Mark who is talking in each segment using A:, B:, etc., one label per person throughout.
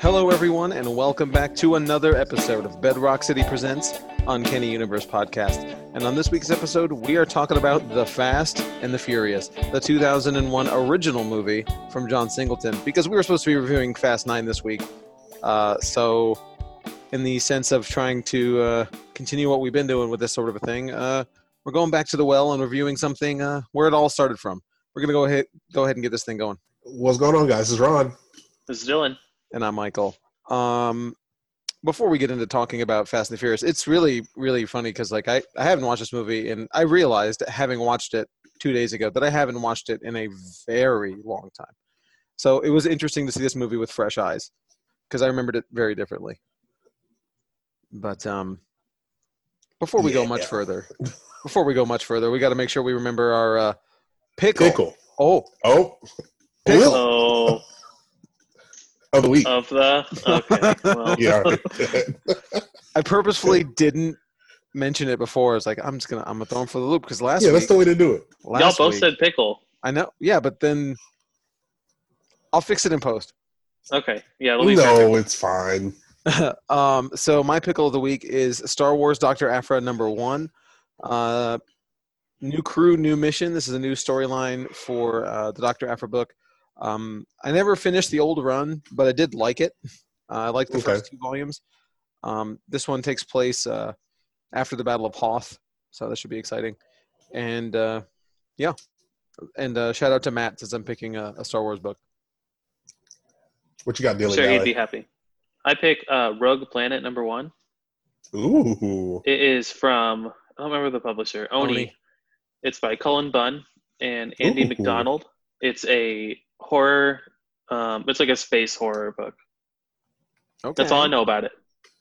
A: Hello, everyone, and welcome back to another episode of Bedrock City Presents Uncanny Universe Podcast. And on this week's episode, we are talking about The Fast and the Furious, the 2001 original movie from John Singleton, because we were supposed to be reviewing Fast 9 this week. Uh, so, in the sense of trying to uh, continue what we've been doing with this sort of a thing, uh, we're going back to the well and reviewing something uh, where it all started from. We're going to go ahead, go ahead and get this thing going.
B: What's going on, guys? It's Ron.
C: This is Dylan.
A: and I'm Michael. Um, before we get into talking about Fast and the Furious, it's really, really funny because like I, I haven't watched this movie, and I realized having watched it two days ago that I haven't watched it in a very long time. So it was interesting to see this movie with fresh eyes because I remembered it very differently. But um, before we go
B: Yeah.
A: much further, before we go much further, we got to make sure we remember our uh, pickle.
B: Pickle.
A: Oh,
B: Oh,
A: Pickle.
B: Will
C: Oh,
B: of the week.
C: of the okay. Well,
B: yeah.
A: I purposefully didn't mention it before. It's like I'm just gonna I'm gonna throw him for the loop because last
B: yeah,
A: week,
B: that's the way to do it.
C: y'all
A: last
C: both
A: week-
C: said pickle.
A: I know. Yeah, but then I'll fix it in post.
C: Okay, yeah, leave that.
B: No, it's fine.
A: um, so my pickle of the week is Star Wars Doctor Aphra number one. Uh, new crew, new mission. This is a new storyline for uh, the Doctor Aphra book. Um, I never finished the old run, but I did like it. Uh, I liked the
B: Okay.
A: first two volumes. Um, this one takes place uh, after the Battle of Hoth, so that should be exciting. And uh, yeah, and uh, shout out to Matt since I'm picking a, a Star Wars book.
B: What you got,
C: I'm
B: Dilly
C: sure he'd be
B: Dally?
C: happy. I pick uh, Rogue Planet number one.
B: Ooh.
C: It is from I don't remember the publisher. Oni.
A: Oni.
C: It's by Cullen Bunn and Andy
B: Ooh.
C: McDonald. It's a horror. Um, it's like a space horror book.
A: Okay,
C: That's all I know about it.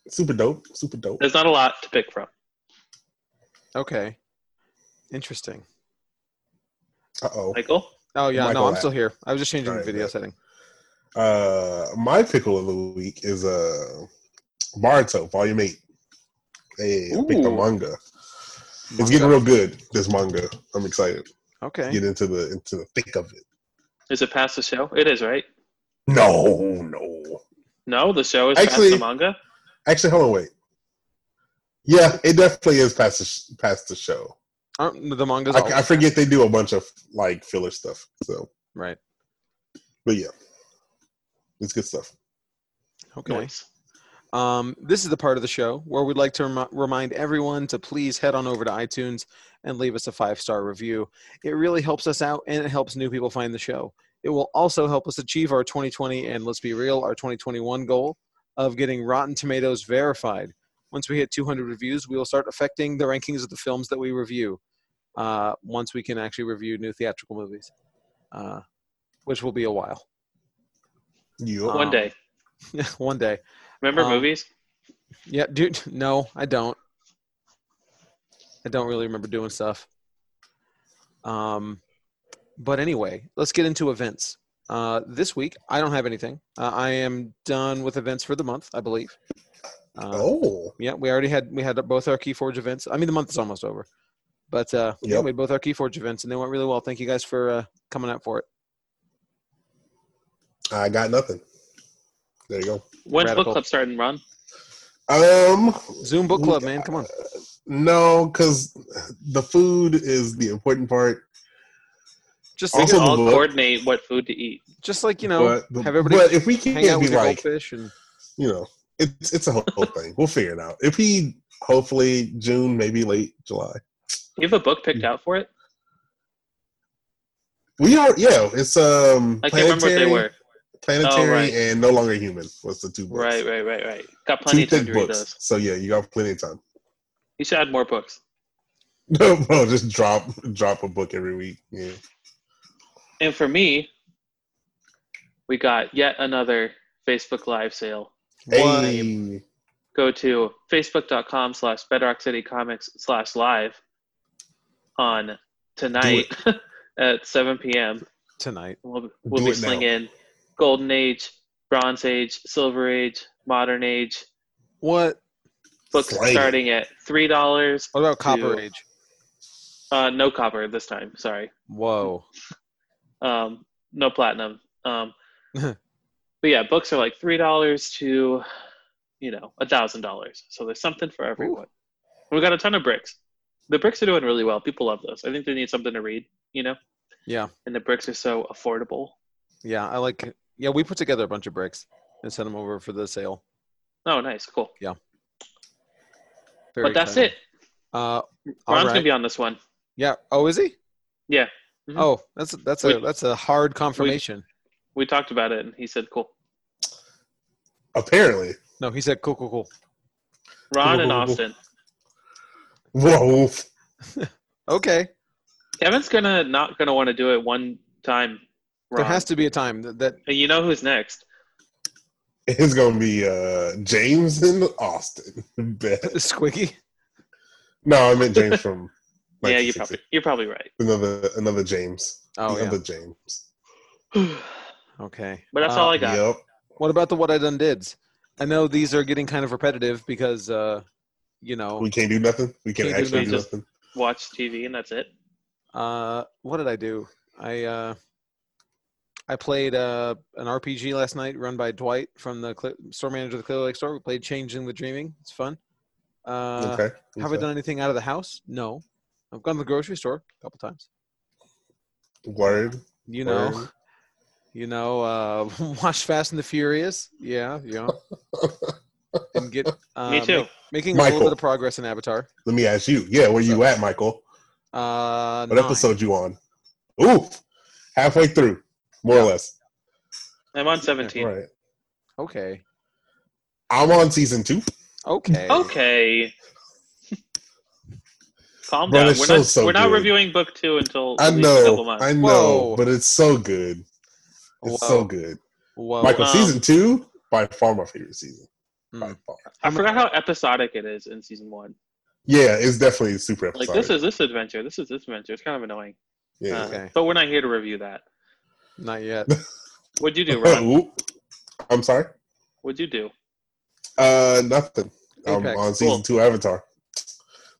B: Super dope. Super dope.
C: There's not a lot to pick from.
A: Okay, interesting.
B: Uh oh.
C: Michael,
A: Oh yeah,
B: Michael
A: no, I'm
B: Latt.
A: still here. I was just changing
B: Sorry,
A: the video
B: but-
A: setting.
B: Uh, my pickle of the week is uh, Naruto Volume Eight. Hey, I picked the
C: Ooh.
B: manga. It's getting real good. This manga. I'm excited.
A: Okay.
B: Get into the into the thick of it.
C: is it past the show? It is, right?
B: No, no.
C: No, the show is
B: Actually-
C: past the manga.
B: Actually, hold on, wait. Yeah, it definitely is past the sh- past the show.
A: Aren't the mangas
C: Oh,
A: all
B: I, I forget they do a bunch of like filler stuff. So,
A: right?
B: but yeah, it's good stuff.
A: Okay.
C: Nice.
A: Um, this is the part of the show where we'd like to rem- remind everyone to please head on over to iTunes and leave us a five star review. It really helps us out and it helps new people find the show. It will also help us achieve our 2020 and let's be real, our 2021 goal of getting Rotten Tomatoes verified. Once we hit 200 reviews, we will start affecting the rankings of the films that we review. Uh, once we can actually review new theatrical movies, uh, which will be a while.
B: You
A: Um,
C: One day.
A: One day.
C: Remember
A: um,
C: movies?
A: Yeah, dude. No, I don't. I don't really remember doing stuff. Um, but anyway, let's get into events. Uh, this week, I don't have anything. Uh, I am done with events for the month, I believe. Uh,
B: oh,
A: Yeah, we already had we had both our KeyForge events. I mean, the month is almost over, but uh, yeah,
B: Yep.
A: we had both our KeyForge events, and they went really well. Thank you guys for uh, coming out for it.
B: I got nothing. There you go.
C: When's
A: Radical.
C: book club starting, Ron?
B: Um,
A: Zoom Book Club, man, come on.
B: no, because the food is the important part.
A: Just
C: We
A: like,
B: Also
C: can
B: the
C: all
B: book.
C: coordinate what food to eat.
A: just like you know,
B: but,
A: have everybody
B: but if we can't
A: hang out
B: be
A: with a
B: like,
A: goldfish and
B: you know, it's it's a whole thing. We'll figure it out. If he hopefully June, maybe late July.
C: You have a book
B: Mm.
C: picked out for it?
B: We are, yeah. It's um.
C: I can't remember what they were.
B: Planetary
C: Oh, right.
B: and No Longer Human was the two books.
C: Right, right, right, right. Got
B: Two
C: plenty of time
B: thick
C: to read
B: books.
C: those.
B: So yeah, you got plenty of time.
C: You should add more books.
B: No, bro, just drop drop a book every week. Yeah.
C: And for me, we got yet another Facebook Live sale.
A: Why?
B: Hey,
C: Go to facebook.com slash bedrock city comics slash live on tonight at 7 p.m.
A: tonight.
C: We'll, we'll
B: Do
C: be
B: it now.
C: slinging Golden Age, Bronze Age, Silver Age, Modern Age.
A: What?
C: Books
B: Slaying.
C: starting at $3.
A: What about Copper
C: to-
A: Age?
C: Uh, no copper this time. Sorry.
A: Whoa.
C: Um, no platinum. Um, but yeah, books are like three dollars to, you know, a thousand dollars. So there's something for everyone. We got a ton of bricks. The bricks are doing really well. People love those. I think they need something to read, you know.
A: Yeah.
C: And the bricks are so affordable.
A: Yeah, I like. Yeah, we put together a bunch of bricks and sent them over for the sale.
C: Oh, nice, cool.
A: Very
C: but that's
A: exciting.
C: it.
A: Uh, all
C: Ron's
A: right.
C: gonna be on this one.
A: yeah. Oh, is he?
C: Yeah. Mhm.
A: Oh, that's that's a
C: We-
A: that's a hard confirmation.
C: We talked about it, and he said, "Cool."
B: Apparently.
A: no, he said cool, cool, cool.
C: Ron and
B: Cool.
C: Austin.
B: Whoa.
A: Okay,
C: Kevin's gonna not gonna want to do it one time. Ron.
A: there has to be a time that, that
C: And you know who's next?
B: It's gonna be uh James and Austin. Bet.
A: squiggy.
B: No, I meant James from
C: Yeah, you're probably
B: 1960.
C: you're probably right.
B: another another James.
A: Oh
B: the
A: yeah.
B: other James.
C: but
A: Okay. Uh,
C: that's all I got.
B: Yep.
A: What about the what I done dids? I know these are getting kind of repetitive because, uh, you know,
B: We can't do nothing. We can't,
A: Can't do
B: actually do
C: nothing.
B: nothing.
C: Watch TV, and that's it.
A: uh, what did I do? I uh, I played uh, an RPG last night run by Dwight from the Cle- store manager of the Clear Lake store. We played Changing the Dreaming. It's fun. Uh,
B: okay.
A: Have I
B: okay.
A: done anything out of the house? No. I've gone to the grocery store a couple times.
B: Word.
A: You know,
B: Word.
A: you know, uh, watch Fast and the Furious. Yeah, yeah. and get uh,
C: Me too.
A: make- making a
B: Michael.
A: little bit of progress in Avatar.
B: Let me ask you. Yeah, where you at, Michael?
A: Uh,
B: What
A: nine.
B: episode you on? Ooh, halfway through, more or less.
C: I'm on 17.
B: All right.
A: Okay.
B: I'm on season two.
A: Okay.
C: Okay. Calm
B: Bro,
C: down.
B: this
C: We're not,
B: show's so
C: we're not
B: good.
C: reviewing book two until
B: I
C: at least a couple
B: know,
C: months.
B: I know,
A: Whoa.
B: but it's so good.
A: Whoa.
B: It's so good.
A: Whoa.
B: Michael,
C: Oh, wow.
B: season two by far my favorite season. By
A: Mm.
B: far.
C: I forgot how episodic it is in season one.
B: Yeah, it's definitely super
C: Like
B: episodic.
C: this is this adventure. This is this adventure. It's kind of annoying.
B: yeah.
C: Uh,
A: Ah, Okay.
C: But we're not here to review that.
A: Not yet.
C: What'd you do, Ron?
B: Ooh. I'm sorry.
C: What'd you do?
B: Uh, nothing. I'm
A: Apex.
B: on season
C: Cool.
B: two Avatar.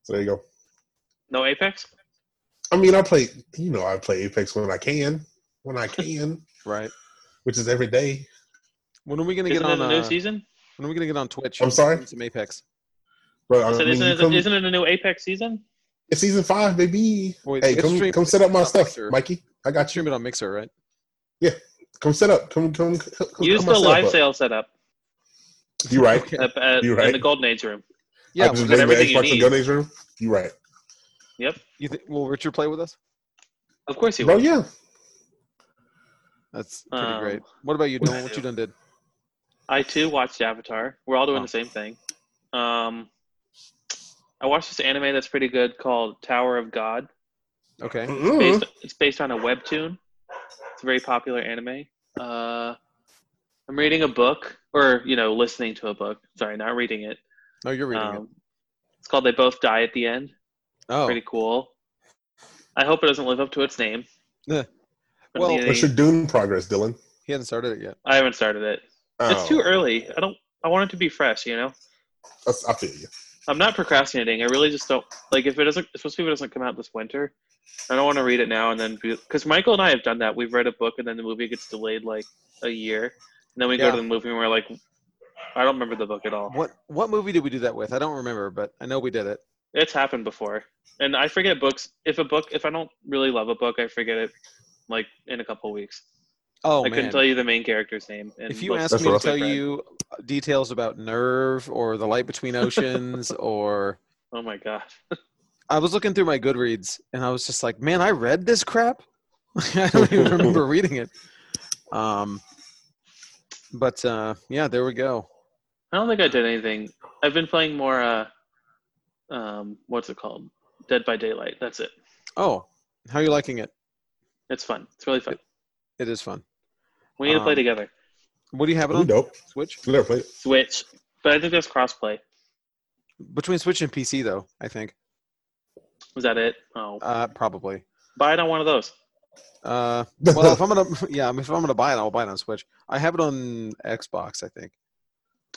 B: So there you go.
C: No Apex?
B: I mean, I play. You know, I play Apex when I can, when I can,
A: Right.
B: which is every day.
A: When are we gonna
C: Isn't
A: get
C: it
A: on?
C: a new
A: Uh,
C: season?
A: when are we gonna get on Twitch?
B: I'm sorry?
A: And Some Apex.
B: But
C: I
B: I
C: said,
B: mean,
C: isn't,
B: you
C: it,
B: come-
C: isn't it a new Apex season?
B: it's season five, baby.
A: Wait,
B: Hey,
A: it's
B: come
A: stream-
B: come set up my
A: it's on
B: stuff,
A: Mixer.
B: Mikey. I got you.
A: Stream it on Mixer, right?
B: Come set up. Come come. come come-
C: Use
B: come my
C: the
B: setup
C: live
B: up.
C: sale setup
B: You right?
A: Okay.
C: up at,
B: You're right.
C: in the Golden Age room.
B: Yeah, I
A: Yeah. we're
B: just
C: got
B: bring the
C: everything you
B: Xbox and
C: need.
B: gun age room. You right?
C: Yep.
A: you th- will Richard play with us?
C: Of course you
B: Bro,
C: will.
B: yeah.
A: That's pretty
C: Um,
A: great. What about you?
B: what
A: Doing
C: I
A: what
C: do?
A: you done did?
C: I too watched Avatar. We're all doing
A: Oh.
C: the same thing. Um, I watched this anime that's pretty good called Tower of God.
A: Okay.
B: Mm-mm.
A: Mm-hmm.
C: Based, it's based on a webtoon. It's a very popular anime. Uh, I'm reading a book, or you know, listening to a book. Sorry, not reading it.
A: No, Oh, you're reading it.
C: Um, it's called "They Both Die at the End."
A: Oh,
C: Pretty cool. I hope it doesn't live up to its name.
A: Yeah.
C: But
A: Well-
C: the-
B: What's your Dune progress, Dylan?
A: he hasn't started it yet.
C: I haven't started it. It's
B: Oh,
C: too early. I don't. I want it to be fresh. You know.
B: that's- I feel you.
C: I'm not procrastinating. I really just don't like if it doesn't. Especially if it doesn't come out this winter, I don't want to read it now and then because Michael and I have done that. We've read a book and then the movie gets delayed like a year, and then we
A: Yeah.
C: go to the movie and we're like, I don't remember the book at all.
A: What what movie did we do that with? I don't remember, but I know we did it.
C: It's happened before, and I forget books. If a book, if I don't really love a book, I forget it like in a couple weeks.
A: Oh
C: I
A: man!
C: couldn't tell you the main character's name. And
A: if you
C: books
A: ask
B: That's
A: me to
B: rough.
A: tell
C: we've read.
A: you details about Nerve or The Light Between Oceans, or
C: oh my gosh,
A: I was looking through my Goodreads and I was just like, man, I read this crap. I don't even remember reading it. Um, but uh, yeah, there we go.
C: I don't think I did anything. I've been playing more. uh um, what's it called? Dead by Daylight. That's it.
A: Oh, how are you liking it?
C: It's fun. It's really fun.
A: It is fun.
C: We need to play
A: Um,
C: together.
A: What do you have it
B: Ooh,
A: on?
B: dope.
A: Switch
B: You never played it.
C: Switch. But I think that's crossplay.
A: between Switch and PC though. I think
C: Is that it? Oh.
A: uh, probably.
C: Buy it on one of those.
A: Uh, well, if I'm gonna, yeah, I mean, if I'm gonna buy it, I'll buy it on Switch. I have it on Xbox, I think.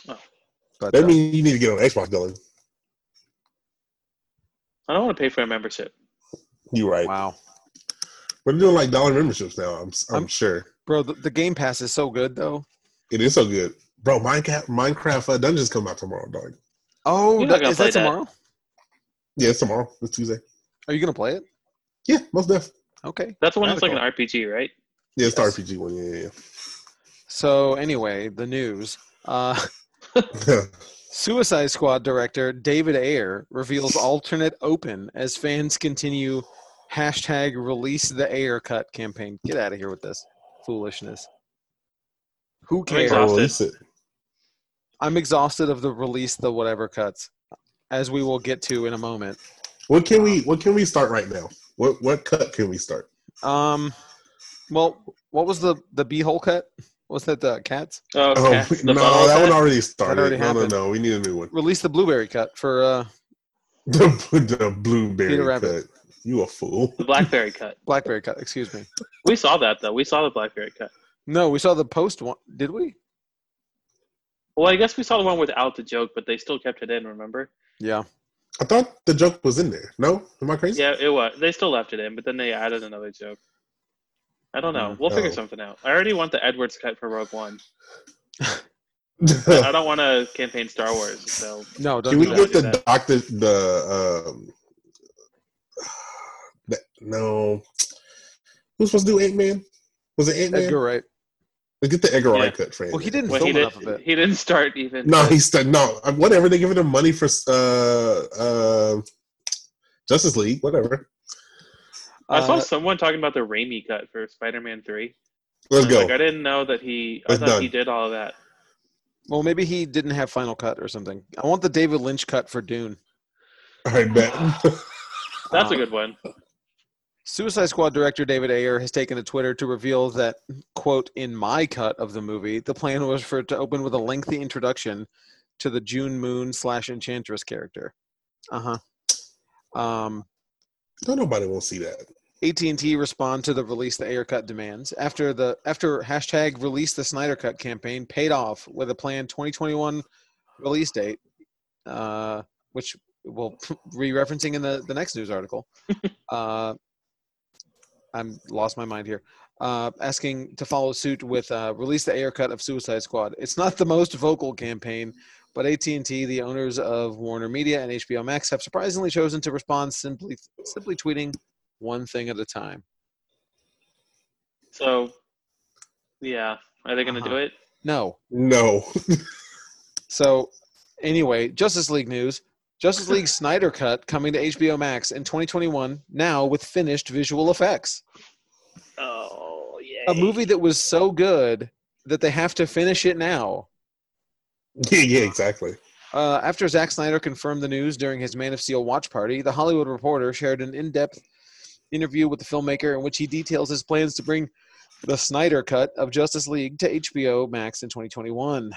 C: Oh.
A: But
B: that
A: uh,
B: means you need to get on Xbox, Dylan.
C: I don't want to pay for a membership.
B: You right?
A: wow,
B: But they're doing like dollar memberships now. I'm, I'm,
A: I'm-
B: sure.
A: bro, the, the Game Pass is so good though.
B: It is so good, bro. Minecraft Minecraft uh, Dungeons come out tomorrow, dog.
A: Oh,
C: You're
A: that,
C: not gonna
A: is that
C: play that.
A: tomorrow?
B: Yeah, it's tomorrow. It's Tuesday.
A: Are you gonna play it?
B: Yeah, most def.
A: Okay.
C: That's the one that's like an
A: Radical.
C: RPG, right?
B: Yeah, it's the
A: Yes.
B: RPG one. Yeah,
A: So anyway, the news. Uh,
B: yeah, yeah.
A: Suicide Squad director David Ayer reveals alternate open as fans continue hashtag release the Ayer cut campaign. Get out of here with this foolishness. Who
C: I'm
A: cares?
B: I'll
C: exhausted.
B: release it.
A: I'm exhausted of the release the whatever cuts, as we will get to in a moment.
B: What can we What can we start right now? What What cut can we start?
A: Um, well, what was the the beehole cut? Was that the cats?
C: Oh,
B: Oh
C: okay. the
B: no,
C: butthole
B: that
C: cut?
B: one already started.
A: already
B: no, no,
A: happened.
B: no. We need a new one.
A: Release the blueberry cut for uh,
B: The, the blueberry
A: Peter
B: cut.
A: Rabbit.
B: You a fool.
C: The blackberry cut.
A: blackberry cut. Excuse me.
C: We saw that though. We saw the blackberry cut.
A: No, we saw the post one. Did we?
C: Well, I guess we saw the one without the joke, but they still kept it in. Remember?
A: Yeah.
B: I thought the joke was in there. No, am I crazy?
C: Yeah, it was. They still left it in, but then they added another joke. I don't know.
A: Mm.
C: We'll figure
B: Oh.
C: something out. I already want the Edwards cut for Rogue One. I
B: can
C: don't want to campaign Star Wars. So
A: No, don't
B: we
A: do
C: that.
A: that.
B: get the
C: Do that.
B: doctor the um that, no who's supposed to do Ant Man? Was it Ant
A: Edgar
B: Man?
A: Wright.
B: Let's get the Edgar
C: Yeah.
B: Wright cut for
A: Well, he
B: Ant-Man.
A: didn't
C: well,
A: film
C: he
A: enough
C: didn't.
A: of it.
C: He didn't start even.
B: No, he's st- no uh, whatever. They giving him money for uh uh Justice League, whatever.
C: I saw
A: Uh,
C: someone talking about the Raimi cut for Spider-Man Three.
B: Let's
C: I was
B: go.
C: Like I didn't know that he. I
B: It's
C: thought
B: done.
C: he did all of that.
A: well, maybe he didn't have Final Cut or something. I want the David Lynch cut for Dune.
B: All right, bet.
C: That's a
A: Uh,
C: good one.
A: Suicide Squad director David Ayer has taken to Twitter to reveal that, quote, in my cut of the movie, the plan was for it to open with a lengthy introduction to the June Moon slash Enchantress character. Uh huh. Um,
B: no, nobody won't see that.
A: AT&T respond to the release the Ayer cut demands after the after hashtag release the Snyder cut campaign paid off with a planned 2021 release date, uh, which we'll be referencing in the, the next news article. uh, I'm lost my mind here. Uh, asking to follow suit with uh, release the Ayer cut of Suicide Squad. It's not the most vocal campaign, but AT&T, the owners of Warner Media and HBO Max, have surprisingly chosen to respond simply simply tweeting one thing at a time.
C: So, yeah, are they going to
A: Uh-huh.
C: do it?
A: No.
B: No.
A: So, anyway, Justice League news. Justice League Snyder Cut coming to HBO Max in 2021, now with finished visual effects.
C: Oh yeah.
A: A movie that was so good that they have to finish it now.
B: yeah, yeah, exactly.
A: Uh, after Zack Snyder confirmed the news during his Man of Steel watch party, The Hollywood Reporter shared an in depth interview with the filmmaker in which he details his plans to bring the Snyder cut of Justice League to HBO Max in 2021.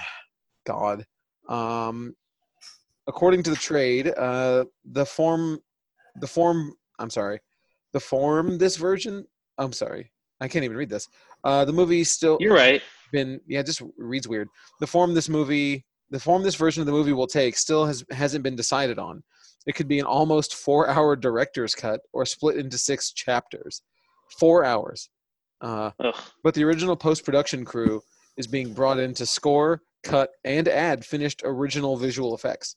A: God. Um, according to the trade, uh, the form, the form, I'm sorry, the form this version, I'm sorry, I can't even read this. Uh, the movie still
C: You're right.
A: been yeah it just reads weird the form this movie the form this version of the movie will take still has hasn't been decided on it could be an almost four hour director's cut or split into six chapters four hours uh,
C: Ugh.
A: but the original post-production crew is being brought in to score cut and add finished original visual effects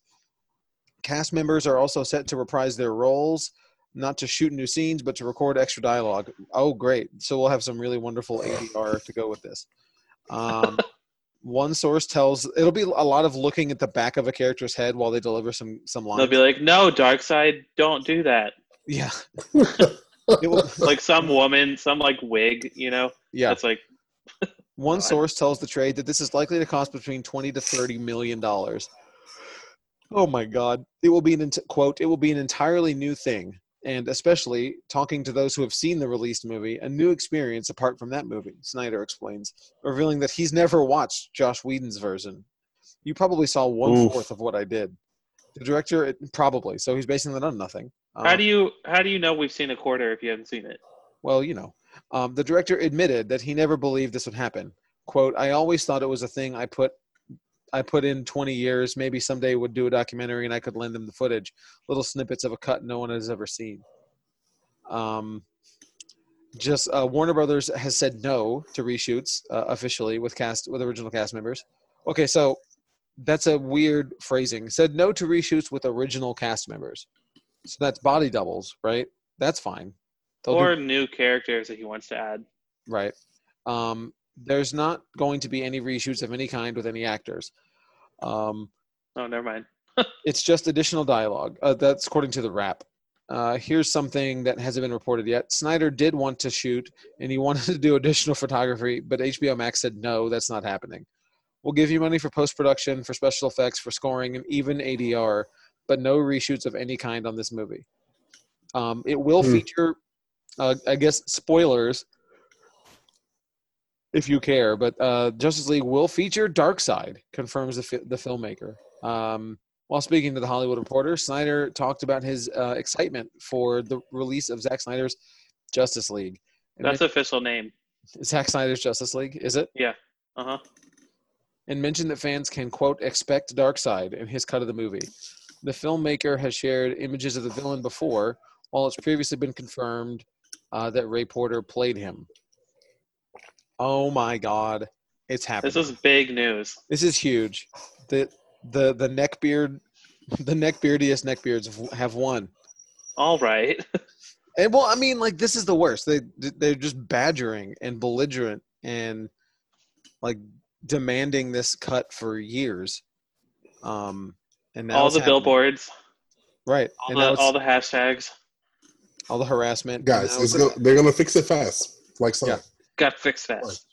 A: cast members are also set to reprise their roles not to shoot new scenes but to record extra dialogue oh great so we'll have some really wonderful adr to go with this um, one source tells it'll be a lot of looking at the back of a character's head while they deliver some some
C: They'll
A: lines
C: be like, no, Dark Side, don't do that.
A: yeah It will-
C: Like some woman, some like wig, you know?
A: yeah
C: That's like,
A: One
C: God.
A: source tells the trade that this is likely to cost between 20 to 30 million dollars. Oh my god. It will be an ent- quote, it will be an entirely new thing and especially talking to those who have seen the released movie, a new experience apart from that movie, Snyder explains, revealing that he's never watched Josh Whedon's version. You probably saw one fourth
B: Oof.
A: of what I did. The director it, probably, so he's basing that on nothing.
C: how
A: Um,
C: do you how do you know we've seen a quarter if you haven't seen it?
A: well, you know, um, the director admitted that he never believed this would happen. "Quote: I always thought it was a thing I put, I put in 20 years. Maybe someday would do a documentary and I could lend them the footage, little snippets of a cut no one has ever seen." Um, just uh, Warner Brothers has said no to reshoots uh, officially with cast with original cast members. Okay, so that's a weird phrasing. Said no to reshoots with original cast members. So that's body doubles, right? That's fine. They'll do-
C: or new characters that he wants to add.
A: Right. Um, there's not going to be any reshoots of any kind with any actors. Um,
C: Oh, never mind.
A: it's just additional dialogue. Uh, that's according to the wrap. Uh, here's something that hasn't been reported yet. Snyder did want to shoot, and he wanted to do additional photography, but HBO Max said no, that's not happening. We'll give you money for post production, for special effects, for scoring, and even ADR, but no reshoots of any kind on this movie. Um, it will
B: Hmm.
A: feature, uh, I guess, spoilers if you care, but uh, Justice League will feature Darkseid, confirms the, fi- the filmmaker. Um, while speaking to the Hollywood Reporter, Snyder talked about his uh, excitement for the release of Zack Snyder's Justice League. And
C: That's official name.
A: men- Zack Snyder's Justice League, is it?
C: Uh huh.
A: And mentioned that fans can, quote, expect Darkseid in his cut of the movie. The filmmaker has shared images of the villain before, while it's previously been confirmed uh, that Ray Porter played him. Oh my God, it's happening.
C: This is big news.
A: This is huge. The the the neckbeard, the neckbeardiest neckbeards have- have won.
C: All right.
A: And well, I mean, like this is the worst. They they're just badgering and belligerent and like demanding this cut for years. Um, and now
C: all
A: it's
C: the
A: happening.
C: billboards,
A: right?
C: all
A: and now
C: the,
A: it's,
C: all the hashtags.
A: all the harassment,
B: Guys,
A: And now
B: it's
A: it's-
B: go- they're gonna fix it fast, like Sonic.
C: Got fixed
B: Right.
C: fast.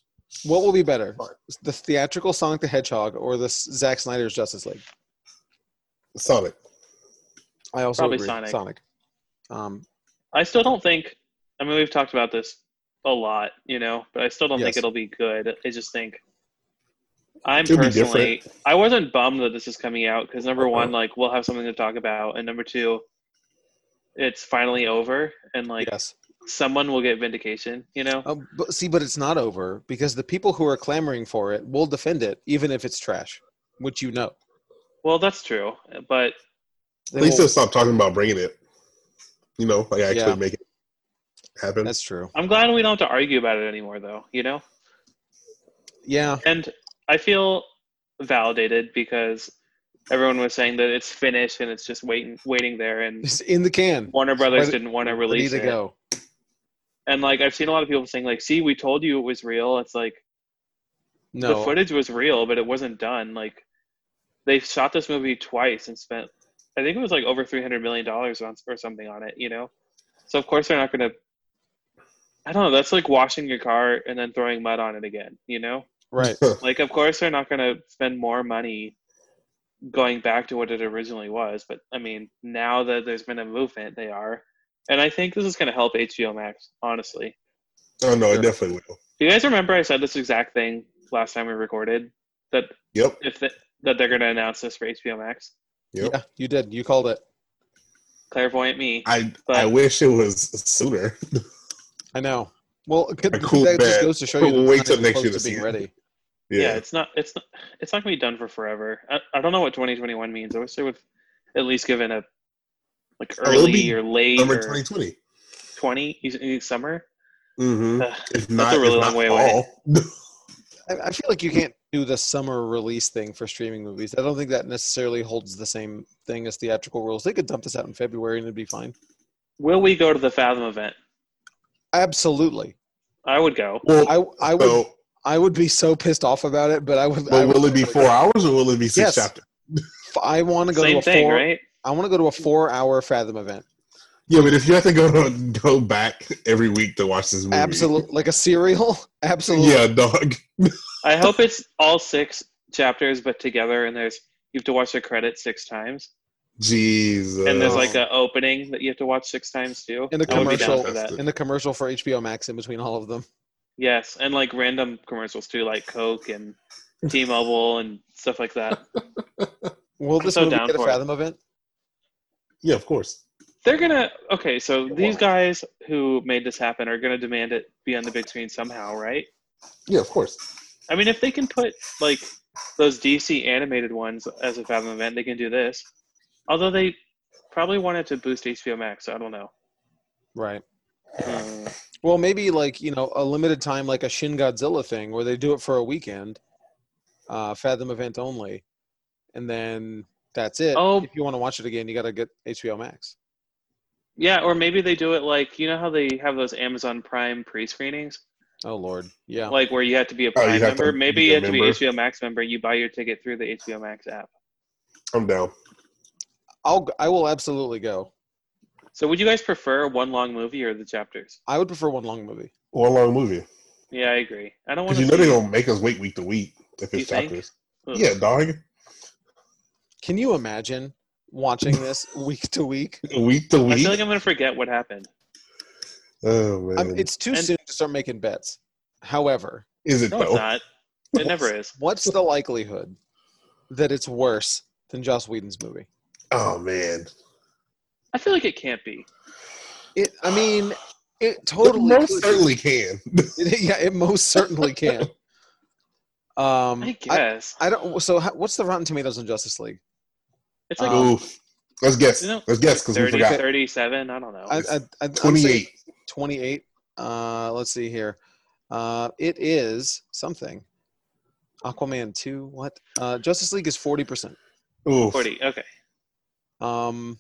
A: what will be better,
B: Sorry.
A: the theatrical Sonic the Hedgehog or the S- Zack Snyder's Justice League?
B: Sonic.
A: I also
C: Probably
A: agree.
C: Sonic.
A: Um,
C: I still don't think. I mean, we've talked about this a lot, you know, but I still don't
A: Yes.
C: think it'll be good. I just think I'm
B: It'll be
C: personally. I wasn't bummed that this is coming out because number one, like we'll have something to talk about, and number two, it's finally over, and like
A: yes.
C: someone will get vindication, you know.
A: Um, but see, but it's not over because the people who are clamoring for it will defend it, even if it's trash, which you know.
C: Well, that's true, but
A: They
B: At least
A: will-
B: they'll stop talking about bringing it. You know, like actually
A: Yeah.
B: make it happen.
A: that's true.
C: I'm glad we don't have to argue about it anymore, though, you know.
A: Yeah,
C: And I feel validated because everyone was saying that it's finished and it's just waiting, waiting there. And
A: it's in the can.
C: Warner Brothers
A: Ready-
C: didn't want to
A: Ready
C: release
A: to
C: it.
A: go.
C: And like I've seen a lot of people saying, like, "See, we told you it was real." It's like the
A: No,
C: footage was real, but it wasn't done. Like they shot this movie twice and spent, I think it was like over three hundred million dollars on or something on it. You know, so of course they're not going to. I don't know. That's like washing your car and then throwing mud on it again. You know.
A: right.
C: Like, of course, they're not going to spend more money going back to what it originally was. But I mean, now that there's been a movement, they are. And I think this is going to help HBO Max, honestly.
B: oh no,
A: Sure.
B: it definitely will.
C: Do you guys remember I said this exact thing last time we recorded that
B: Yep.
C: if the, that they're going to announce this for HBO Max?
B: Yep.
A: Yeah, you did. You called it.
C: Clairvoyant me.
B: I
C: But-
B: I wish it was sooner.
A: I know. Well, could,
B: A cool
A: that just
B: bet.
A: goes to show you that
B: Wait
A: it's
B: till
A: not even
B: next year
A: close
B: to
A: to being
B: see it.
A: ready.
C: yeah. it's not. It's not. It's not going to be done for forever. I, I don't know what 2021 means. I wish they would at least give it a like
B: Oh, it'll
C: early
B: be
C: or late
B: Summer
C: or
B: 2020.
C: 20 you- you- summer.
B: Mm-hmm.
C: Ugh.
B: If not,
C: a really
B: if
C: long
B: not
C: way away.
B: fall.
A: I, I feel like you can't do the summer release thing for streaming movies. I don't think that necessarily holds the same thing as theatrical rules. They could dump this out in February and it'd be fine.
C: Will we go to the Fathom event?
A: Absolutely.
C: I would go.
B: Well,
A: I I would
B: so,
A: I would be so pissed off about it, but I would. I
B: but
A: would
B: will it be four hours or will it be
A: Yes.
B: six chapters?
A: I want to go to
C: Same
A: a
C: thing,
A: four.
C: right?
A: I want to go to a four-hour Fathom event.
B: Yeah, but if you have to go go back every week to watch this movie,
A: Absolutely, like a serial. Absolutely.
B: Yeah, dog.
C: I hope it's all six chapters, but together, and there's you have to watch the credits six times,
B: Jesus.
C: and there's
A: Oh.
C: like a opening that you have to watch six times too.
A: And a
C: I would be down
A: commercial.
C: for that.
A: In the commercial for HBO Max, in between all of them.
C: Yes, and like random commercials too, like Coke and T-Mobile and stuff like that.
A: Will
C: I'm
A: this
C: so
A: movie
C: down
A: get a
C: for it.
A: Fathom event?
B: yeah, of course.
C: They're gonna okay. So these guys who made this happen are gonna demand it be on the big screen somehow, right?
B: Yeah, of course.
C: I mean, if they can put like those DC animated ones as a Fathom event, they can do this. Although they probably wanted to boost HBO Max, so I don't know.
A: Right.
C: Hmm.
A: Well, maybe like you know a limited time, like a Shin Godzilla thing, where they do it for a weekend, uh, Fathom event only, and then that's it.
C: Oh.
A: If you want to watch it again, you got to get HBO Max.
C: Yeah, or maybe they do it like you know how they have those Amazon Prime pre-screenings,
A: Oh Lord, yeah.
C: like where you have to be a
B: Oh, you
C: Prime
B: have to
C: member. maybe
B: be
C: you
B: a
C: have to be
B: member.
C: HBO Max member. You buy your ticket through the HBO Max app.
B: I'm down.
A: I'll I will absolutely go.
C: So would you guys prefer one long movie or the chapters?
A: I would prefer one long movie.
B: One long movie
C: Yeah, I agree. I don't want
B: because
C: to.
B: you know they're gonna make us wait week to week if
C: You
B: it's
C: think?
B: chapters. Yeah, dog.
A: Can you imagine watching this week to week?
B: Week to
C: I
B: week.
C: feel like I'm gonna forget what happened.
B: oh man,
A: I'm, it's too
C: And-
A: soon to start making bets. However,
B: is it
C: No, it's
B: though?
C: not. It never is.
A: what's the likelihood that it's worse than Joss Whedon's movie?
B: Oh man,
C: I feel like it can't be.
A: It. I mean, it
B: totally
A: totally.
B: most
A: could.
B: certainly can.
A: It- yeah, it most certainly can. Um,
C: I
A: I,
C: guess
A: I don't. So, how, what's the Rotten Tomatoes on Justice League?
C: it's like
A: Um,
B: Oof. Let's guess.
C: You know,
B: Let's guess because we
C: 30,
B: forgot.
C: 37. I don't know.
A: I, I, I, I'm saying 28.
B: Twenty-eight.
A: Uh, let's see here. Uh, it is something. Aquaman 2. What? Uh, Justice League is 40%.
B: Oof.
C: Forty. Okay.
A: Um,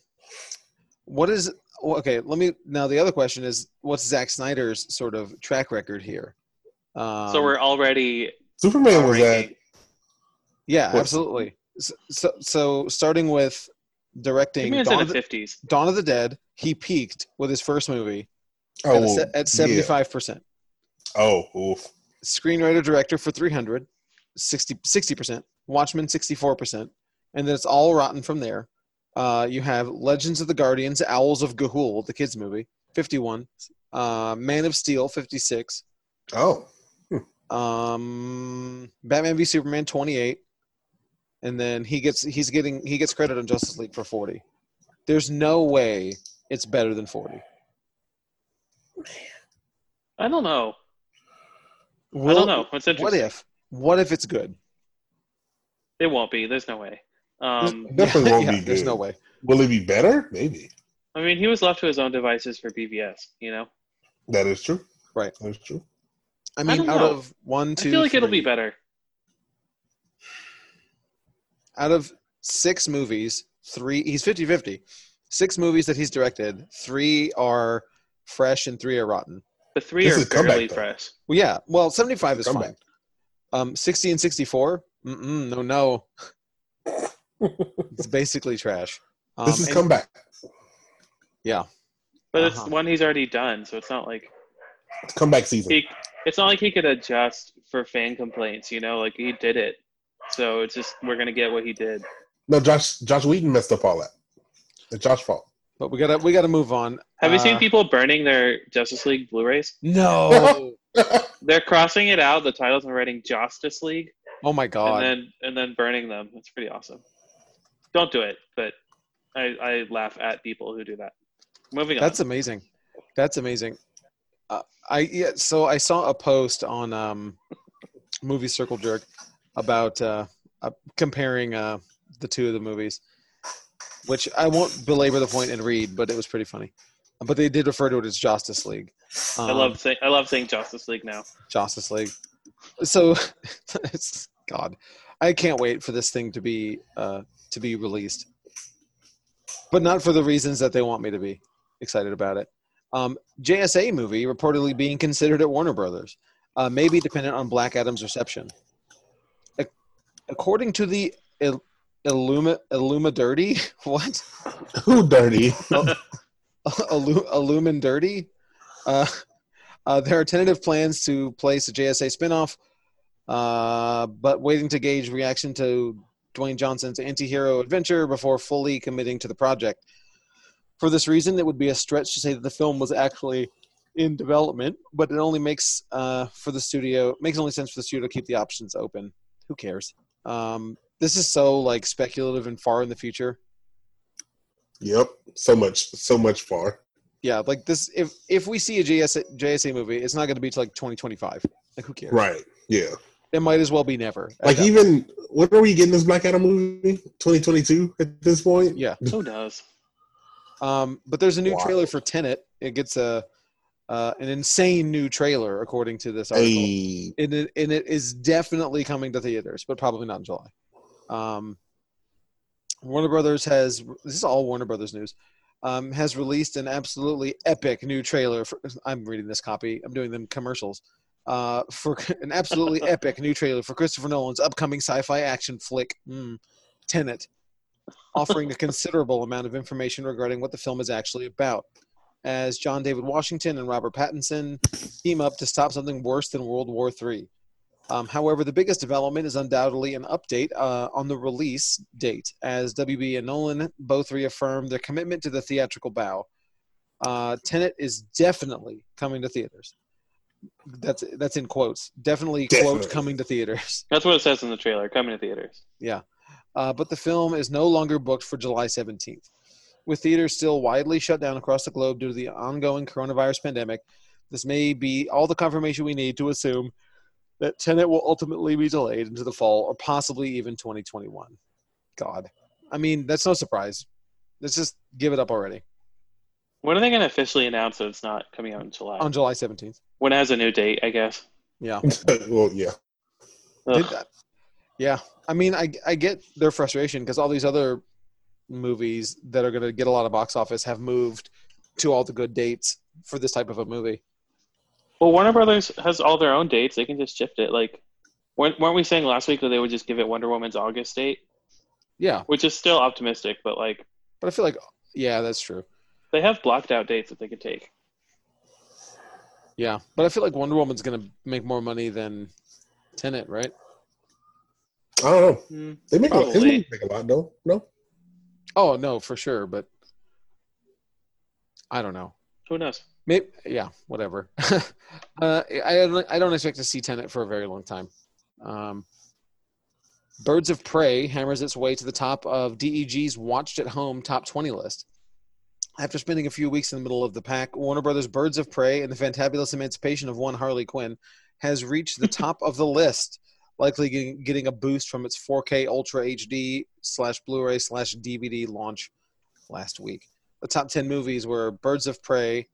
A: what is well, okay? Let me now. The other question is, what's Zack Snyder's sort of track record here? Um,
C: so we're already.
B: Superman was uh, at
C: already-
A: Um, yeah,
B: what-
A: absolutely. So, so, so starting with directing
C: Superman's
A: Dawn
C: in
A: of,
C: the
A: the,
C: fifties.
A: Dawn of the Dead, he peaked with his first movie
B: oh
A: at, a se-
B: well,
A: at
B: yeah.
A: 75 percent.
B: Oh, oof.
A: screenwriter director for 300 60 percent watchmen 64% and then it's all rotten from there uh, you have legends of the guardians owls of gahul the kids movie 51 uh, man of steel 56
B: Oh,
A: um, batman v superman 28 and then he gets he's getting he gets credit on justice league for 40 there's no way it's better than 40
C: I don't know. I
A: Will-
C: don't know. It's interesting.
A: what if what if it's good
C: It won't be. There's no way. Um,
B: definitely won't be
A: there's
B: good.
A: no way
B: will it be better? Maybe
C: I mean, he was left to his own devices for BVS. You know,
B: that is true.
A: Right.
B: that is true.
A: I mean,
C: don't
A: out
C: know.
A: of one,
C: I
A: two,
C: feel like it it'll be
A: three-
C: better.
A: out of six movies, three he's 50 50. Six movies that he's directed, three are fresh and three are rotten.
C: The three
B: This
C: are
B: is a comeback,
C: fairly
B: though.
C: fresh.
A: Well, yeah, well, 75 is
B: Come
A: fine. Um, 60 and 64, mm-mm, no, no, it's basically trash. Um,
B: This is
A: and-
B: comeback.
C: But it's
A: Uh-huh.
C: one he's already done, so it's not like
B: It's comeback season.
C: he. It's not like he could adjust for fan complaints. You know, like he did it. So it's just we're gonna get what he did.
B: No, Josh Josh Whedon messed up all that. It's Josh's fault.
A: but we gotta, we gotta move on.
C: Have you
A: Uh,
C: seen people burning their Justice League Blu-rays?
A: No,
C: They're crossing it out, the titles, and writing Justice League,
A: oh my god,
C: and then and then burning them. That's pretty awesome. Don't do it, but I, I laugh at people who do that. Moving
A: That's
C: on.
A: amazing. That's amazing. Uh, I yeah. So I saw a post on um, movie Circle Jerk about uh, uh, comparing uh, the two of the movies, which I won't belabor the point and read, but it was pretty funny. But they did refer to it as Justice League.
C: I
A: Um,
C: love saying I love saying Justice League now.
A: Justice League. So, it's, God, I can't wait for this thing to be uh, to be released, but not for the reasons that they want me to be excited about it. Um, JSA movie reportedly being considered at Warner Brothers, uh, may be dependent on Black Adam's reception. Ac- according to the Il- Illuma Illuma Dirty, what?
B: Who dirty?
A: Illu- Illumin Dirty. Uh, uh, there are tentative plans to place a JSA spinoff, uh, but waiting to gauge reaction to Dwayne Johnson's anti-hero adventure before fully committing to the project. For this reason, it would be a stretch to say that the film was actually in development, but it only makes uh, for the studio makes only sense for the studio to keep the options open. Who cares? Um, this is so like speculative and far in the future.
B: Yep. So much. So much far.
A: Yeah, like this. If if we see a JSA, JSA movie, it's not going to be till like 2025. Like who cares?
B: Right. Yeah.
A: It might as well be never. at
B: Like
A: that-
B: even when are we getting this Black Adam movie? 2022 at this point.
A: yeah.
C: Who knows?
A: Um, but there's a new
B: Wow.
A: trailer for Tenet. It gets a uh, an insane new trailer, according to this article.
B: Hey,
A: And, it, and it is definitely coming to theaters, but probably not in July. Um, Warner Brothers has this is all Warner Brothers news. Um, has released an absolutely epic new trailer. For, I'm reading this copy. I'm doing them commercials. Uh, for an absolutely epic new trailer for Christopher Nolan's upcoming sci-fi action flick, mm, Tenet, offering a considerable amount of information regarding what the film is actually about. As John David Washington and Robert Pattinson team up to stop something worse than World War III. Um, however, the biggest development is undoubtedly an update uh, on the release date, as WB and Nolan both reaffirmed their commitment to the theatrical bow. Uh, Tenet is definitely coming to theaters. That's that's in quotes. Definitely,
B: Definitely.
A: quote coming to theaters.
C: That's what it says in the trailer. Coming to theaters.
A: Uh, but the film is no longer booked for July 17th. With theaters still widely shut down across the globe due to the ongoing coronavirus pandemic, this may be all the confirmation we need to assume that Tenet will ultimately be delayed into the fall or possibly even 2021. God. I mean, that's no surprise. Let's just give it up already
C: When are they going to officially announce that it's not coming out in July?
A: on July 17th.
C: when it has a new date, I guess.
A: Yeah.
B: well, yeah.
C: Ugh.
A: Did- yeah. I mean, I, I get their frustration because all these other movies that are going to get a lot of box office have moved to all the good dates for this type of a movie.
C: Well, Warner Brothers has all their own dates. They can just shift it. Like, weren't, weren't we saying last week that they would just give it Wonder Woman's August date,
A: Yeah.
C: which is still optimistic, but like
A: But I feel like, yeah, that's true.
C: they have blocked out dates that they could take.
A: Yeah. But I feel like Wonder Woman's going to make more money than Tenet, right?
B: I don't know. They make a, his
C: Probably.
B: movies make a lot, though. No,
A: Oh, no, for sure. But I don't know.
C: Who knows?
A: Maybe, yeah, whatever. uh, I- I don't, I don't expect to see Tenet for a very long time. Um, Birds of Prey hammers its way to the top of DEG's Watched at Home top 20 list. After spending a few weeks in the middle of the pack, Warner Brothers' Birds of Prey and the Fantabulous Emancipation of One Harley Quinn has reached the top of the list, likely getting, getting a boost from its 4K Ultra HD slash Blu-ray slash DVD launch last week. The top 10 movies were Birds of Prey,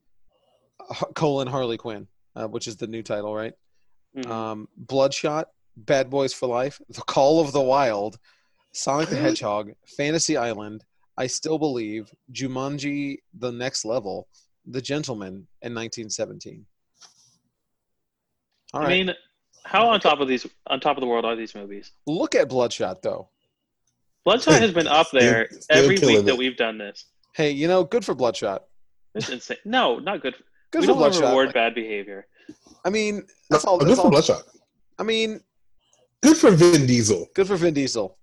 A: Har- colon Harley Quinn, uh, which is the new title, right?
C: Mhm.
A: Um, Bloodshot, Bad Boys for Life, The Call of the Wild, Sonic the Hedgehog, Fantasy Island, I Still Believe, Jumanji: The Next Level, The Gentleman, and 1917. All right,
C: I mean, how on top of these on top of the world are these movies?
A: look at Bloodshot though.
C: Bloodshot has been up there
B: Still- still
C: every
B: killing
C: week that
B: it.
C: we've done this.
A: Hey, you know, good for Bloodshot.
C: It's insane. No, not good.
A: Good
C: we
A: for
C: don't want to
A: Bloodshot.
C: reward
A: Like,
C: bad behavior.
A: I mean, that's all.
B: good
A: That's
B: for
A: all.
B: Bloodshot.
A: I mean,
B: Good for Vin Diesel.
A: good for Vin Diesel.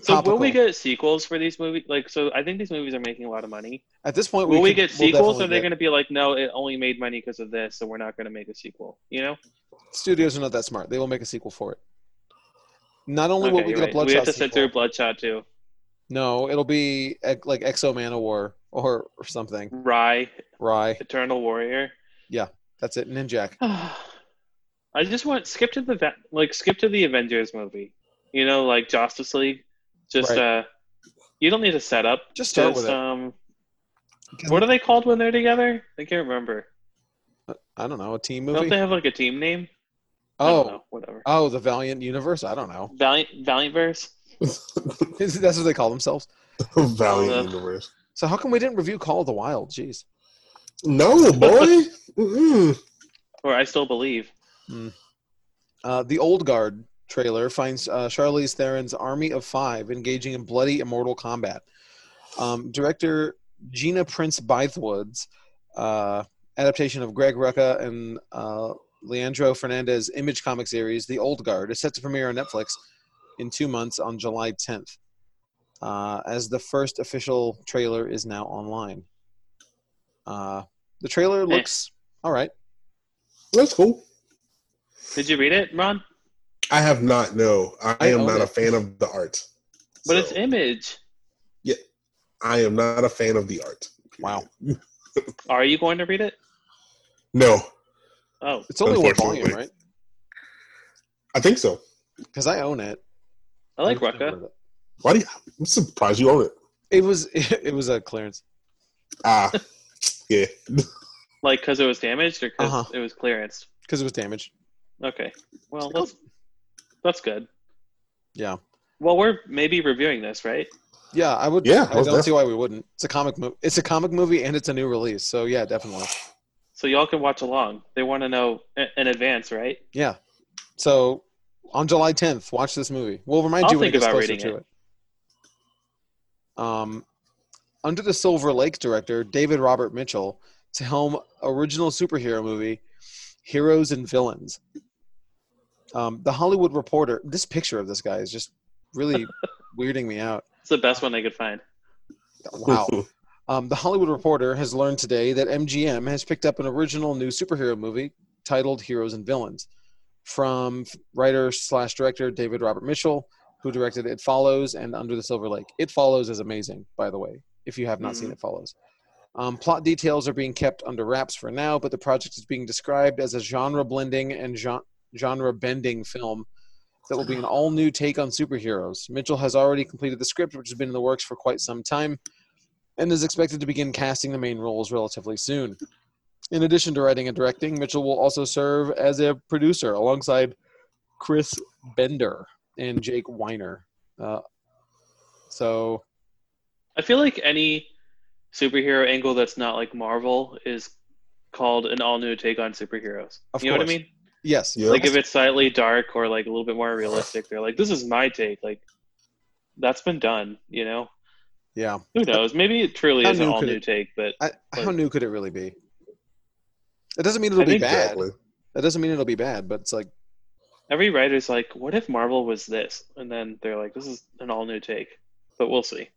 C: So will
A: Topical.
C: we get sequels for these movies? Like, so I think these movies are making a lot of money.
A: At this point,
C: Will we,
A: could-
C: get
A: we'll
C: sequels?
A: definitely
C: or are they
A: get-
C: going to be like, no, it only made money because of this, so we're not going to make a sequel? You know?
A: studios are not that smart. They will make a sequel for it. Not only will
C: Okay,
A: we
C: you're
A: get a
C: right.
A: Bloodshot
C: we have to sit
A: sequel,
C: through Bloodshot too.
A: no, it'll be eh, like Exo Manowar or or something.
C: Rye,
A: Rye,
C: Eternal Warrior.
A: that's it. Ninjak.
C: I just want skip to the va- like skip to the Avengers movie. You know, like Justice League. Just
A: Right.
C: uh, you don't need a setup.
A: Just start
C: Just,
A: with it.
C: um, what are they called when they're together? I can't remember.
A: I don't know a team
C: Don't
A: movie.
C: they have like a team name? I don't
A: oh,
C: know, whatever.
A: oh, the Valiant Universe. I don't know.
C: Valiant, Valiant Verse.
A: that's what they call themselves.
B: Valiant
C: Oh, no.
B: Universe.
A: So how come we didn't review Call of the Wild? Jeez.
B: No, boy. Mm-mm.
C: Or I still believe.
A: Uh, the Old Guard trailer finds uh, Charlize Theron's army of five engaging in bloody immortal combat. Um, director Gina Prince Bythewood's uh, adaptation of Greg Rucka and uh, Leandro Fernandez image comic series, The Old Guard, is set to premiere on Netflix in two months on July 10th, uh, as the first official trailer is now online. Uh, the trailer
C: Eh.
A: looks all right.
B: That's cool.
C: Did you read it, Ron?
B: I have not. No, I,
A: I
B: am
A: own
B: not a
A: it.
B: fan of the art.
C: But
B: So,
C: it's Image.
B: I am not a fan of the art.
A: Wow.
C: Are you going to read it?
B: No,
C: Oh,
A: It's only one volume,
B: Unfortunately.
A: right?
B: I think so.
A: Because I own it.
C: I like
A: I've never
C: Rucka.
A: read it.
B: Why do you? I'm surprised you own it.
A: It was it was a clearance.
B: Ah, yeah.
C: Like because it was damaged or because
A: Uh-huh.
C: it was clearanced?
A: because it was damaged.
C: Okay. Well, that's, that's good.
A: Yeah.
C: Well, we're maybe reviewing this, right?
A: Yeah, I would.
B: Yeah,
A: I
B: most
A: don't see why we wouldn't. It's a comic movie. It's a comic movie, and it's a new release. So yeah, definitely.
C: So y'all can watch along. They want to know i- in advance, right?
A: Yeah. So on July 10th, watch this movie. We'll remind
C: I'll
A: you when it
C: think
A: gets
C: about
A: closer
C: reading
A: to it. Um, under the Silver Lake director David Robert Mitchell to helm original superhero movie Heroes and Villains. Um, the Hollywood Reporter. This picture of this guy is just really weirding me out.
C: It's the best one they could find.
A: Wow. Um, the Hollywood Reporter has learned today that MGM has picked up an original new superhero movie titled Heroes and Villains from writer slash director David Robert Mitchell, who directed It Follows and Under the Silver Lake. It Follows is amazing, by the way, if you have not seen It Follows. Um, plot details are being kept under wraps for now, but the project is being described as a genre blending and genre bending film that will be an all new take on superheroes. Mitchell has already completed the script, which has been in the works for quite some time and is expected to begin casting the main roles relatively soon. In addition to writing and directing, Mitchell will also serve as a producer alongside Chris Bender and Jake Weiner. Uh, so,
C: I feel like any superhero angle that's not like Marvel is called an all new take on superheroes.
A: Of
C: you know what I
A: course.
C: mean?
A: yes.
B: Yep.
C: Like if it's slightly dark or like a little bit more realistic, they're like, "This is my take." Like that's been done. You know,
A: Yeah.
C: who knows? Maybe it truly
A: How
C: is an
A: new
C: all
A: could
C: new
A: it-
C: take, but
A: I, how new could it really be? It doesn't mean it'll
C: I
A: be
C: think-
A: bad.
B: exactly.
A: That doesn't mean it'll be bad, but it's like,
C: every writer's like, "What if Marvel was this?" And then they're like, "This is an all new take." But we'll see.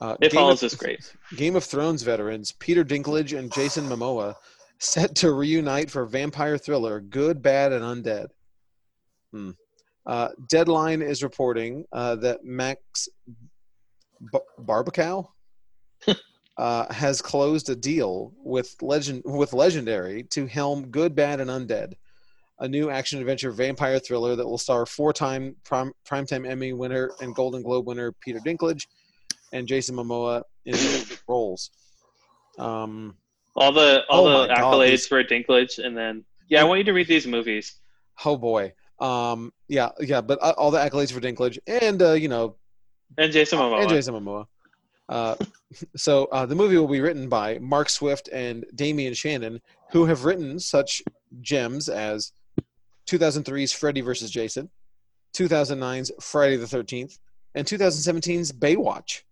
A: uh,
C: It
A: Game
C: follows
A: of-
C: is great.
A: Game of Thrones veterans Peter Dinklage and Jason Momoa set to reunite for vampire thriller Good, Bad, and Undead. Hmm. Uh, Deadline is reporting uh, that Max B- Barbacow uh, has closed a deal with Legend with Legendary to helm Good, Bad, and Undead, a new action adventure vampire thriller that will star four-time prim- primetime Emmy winner and Golden Globe winner Peter Dinklage and Jason Momoa in roles. Um,
C: All the all
A: Oh
C: the
A: my God,
C: accolades
A: these-
C: for Dinklage, and then yeah, I want you to read these movies.
A: oh boy. Um, yeah, yeah, but uh, all the accolades for Dinklage and uh, you know
C: And Jason Momoa.
A: and Jason Momoa. Uh, so uh, the movie will be written by Mark Swift and Damian Shannon, who have written such gems as 2003's Freddy vs. Jason, 2009's Friday the 13th, and 2017's Baywatch.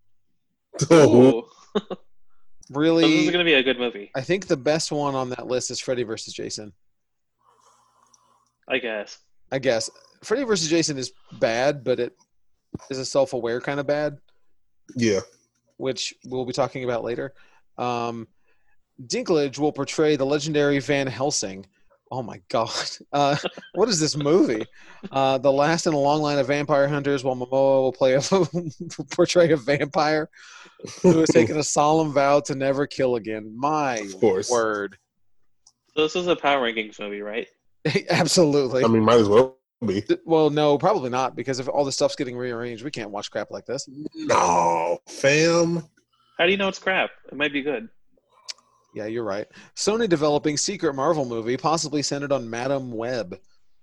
C: Ooh, so this
A: Really,
C: is gonna be a good movie,
A: I think the best one on that list is Freddy vs. Jason.
C: I guess.
A: I guess Freddy versus Jason is bad, but it is a self-aware kind of bad,
B: yeah.
A: which we'll be talking about later. Um, Dinklage will portray the legendary Van Helsing. Oh my God! Uh, what is this movie? Uh, the last in a long line of vampire hunters, while Momoa will play a portray a vampire who has taken a solemn vow to never kill again. My
B: Of course.
A: word!
C: So this is a Power Rankings movie, right?
A: Absolutely.
B: I mean, might as well be.
A: Th- well, no, probably not, because if all the stuff's getting rearranged, we can't watch crap like this.
B: No, fam.
C: How do you know it's crap? It might be good.
A: Yeah, you're right. Sony developing secret Marvel movie, possibly centered on Madam Web.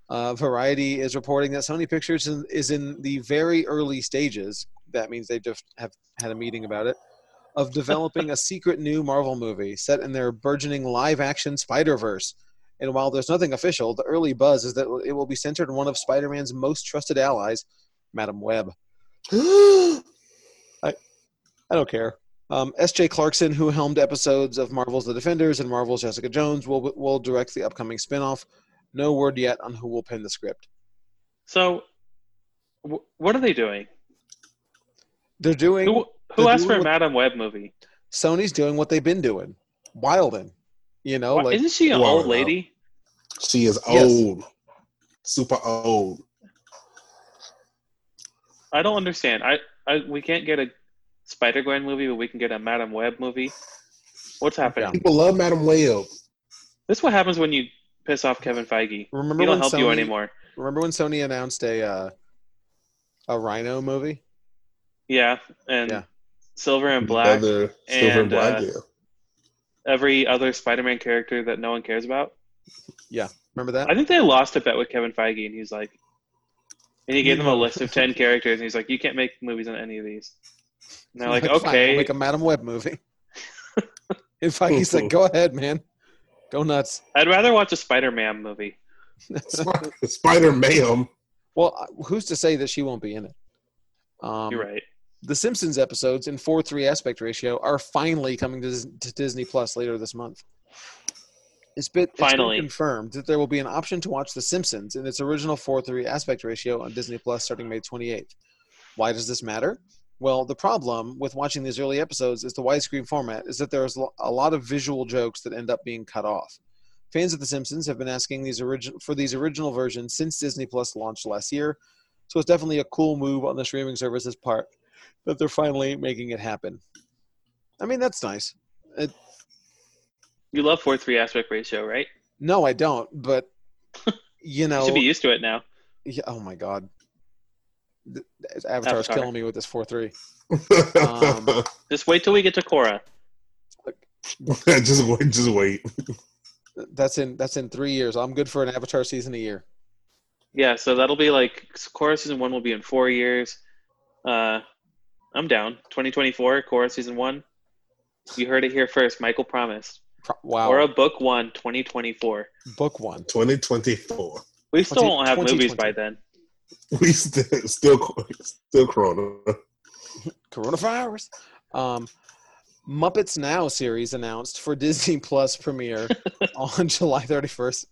A: Uh, Variety is reporting that Sony Pictures in, is in the very early stages. That means they just have had a meeting about it of developing a secret new Marvel movie set in their burgeoning live-action Spider Verse. And while there's nothing official, the early buzz is that it will be centered on one of Spider-Man's most trusted allies, Madam Web. I don't care. Um, S.J. Clarkson, who helmed episodes of Marvel's The Defenders and Marvel's Jessica Jones, will will direct the upcoming spinoff. No word yet on who will pen the script.
C: So, w- what are they doing?
A: They're doing
C: Who
A: they're
C: who asked for
A: doing
C: a
A: what-
C: Madam Web movie?
A: Sony's doing what they've been doing, wilding. You know,
C: Why-
A: like
C: Isn't she an
B: Well,
C: old
B: no.
C: lady?
B: She is
A: Yes.
B: old. Super old.
C: I don't understand. I, I we can't get a Spider Gwen movie, but we can get a Madam Web movie. What's happening?
B: People love Madam Web.
C: This is what happens when you piss off Kevin Feige.
A: remember
C: He don't
A: when
C: help
A: Sony
C: you anymore.
A: remember when Sony announced a uh, a Rhino movie?
C: Yeah, and
A: Yeah.
C: Silver and Black
B: Leather, silver
C: and,
B: and black,
C: uh,
B: yeah.
C: every other Spider-Man character that no one cares about.
A: Remember that?
C: I think they lost a bet with Kevin Feige, and he's like, and he gave them a list of ten characters, and he's like, you can't make movies on any of these. And they're like,
A: "Fine, we'll
C: okay,
A: make a Madam Web movie. In fact, he said, "Go ahead, man, go nuts."
C: I'd rather watch a Spider-Man movie.
B: Spider Mayhem.
A: well, I- who's to say that she won't be in it? Um,
C: You're right.
A: The Simpsons episodes in four three aspect ratio are finally coming to, Dis- to Disney Plus later this month. It's been, it's been
C: Finally.
A: confirmed that there will be an option to watch The Simpsons in its original four three aspect ratio on Disney Plus starting May 28th. Why does this matter? Well, the problem with watching these early episodes is the widescreen format is that there's lo- a lot of visual jokes that end up being cut off. Fans of The Simpsons have been asking these origi- for these original versions since Disney Plus launched last year, so it's definitely a cool move on the streaming service's part that they're finally making it happen. I mean, that's nice.
C: You love four three aspect ratio, right?
A: No, I don't, but you
C: You
A: know,
C: should be used to it now.
A: yeah, oh my god, Th- Avatar's
C: Avatar.
A: killing me with this four three. Um,
B: um,
C: Just wait till we get to Korra.
B: just wait. Just wait.
A: That's in that's in three years. I'm good for an Avatar season a year.
C: Yeah, so that'll be like Korra season one will be in four years. Uh, I'm down. 2024 Korra season one. You heard it here first. Michael promised.
A: Pro- wow,
C: Korra book one 2024.
A: book one.
B: 2024.
C: We still
A: Twenty-
C: won't have movies
A: 2020.
C: by then.
B: We still still still Corona.
A: coronavirus. Um, Muppets Now series announced for Disney Plus premiere on July 31st.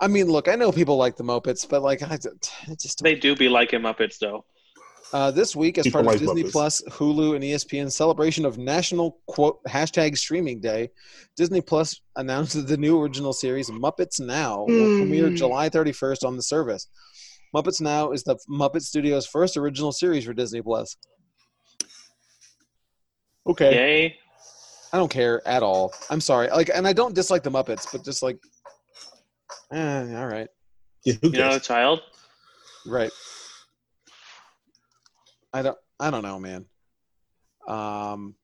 A: I mean, look, I know people like the Muppets, but like, I, I just
C: They do be liking Muppets though.
A: uh, this week as
B: People
A: part of
B: like
A: Disney
B: Muppets.
A: Plus, Hulu, and E ESPN celebration of National quote hashtag Streaming Day, Disney Plus announced that the new original series Muppets Now will
B: Hmm.
A: premiere July 31st on the service. Muppets Now is the Muppet Studios' first original series for Disney Plus. Okay.
C: Yay!
A: I don't care at all. I'm sorry. Like, and I don't dislike the Muppets, but just like, eh, all right,
B: Yeah, who
C: You know,
B: cares?
C: a child.
A: right. I don't. I don't know, man. Um,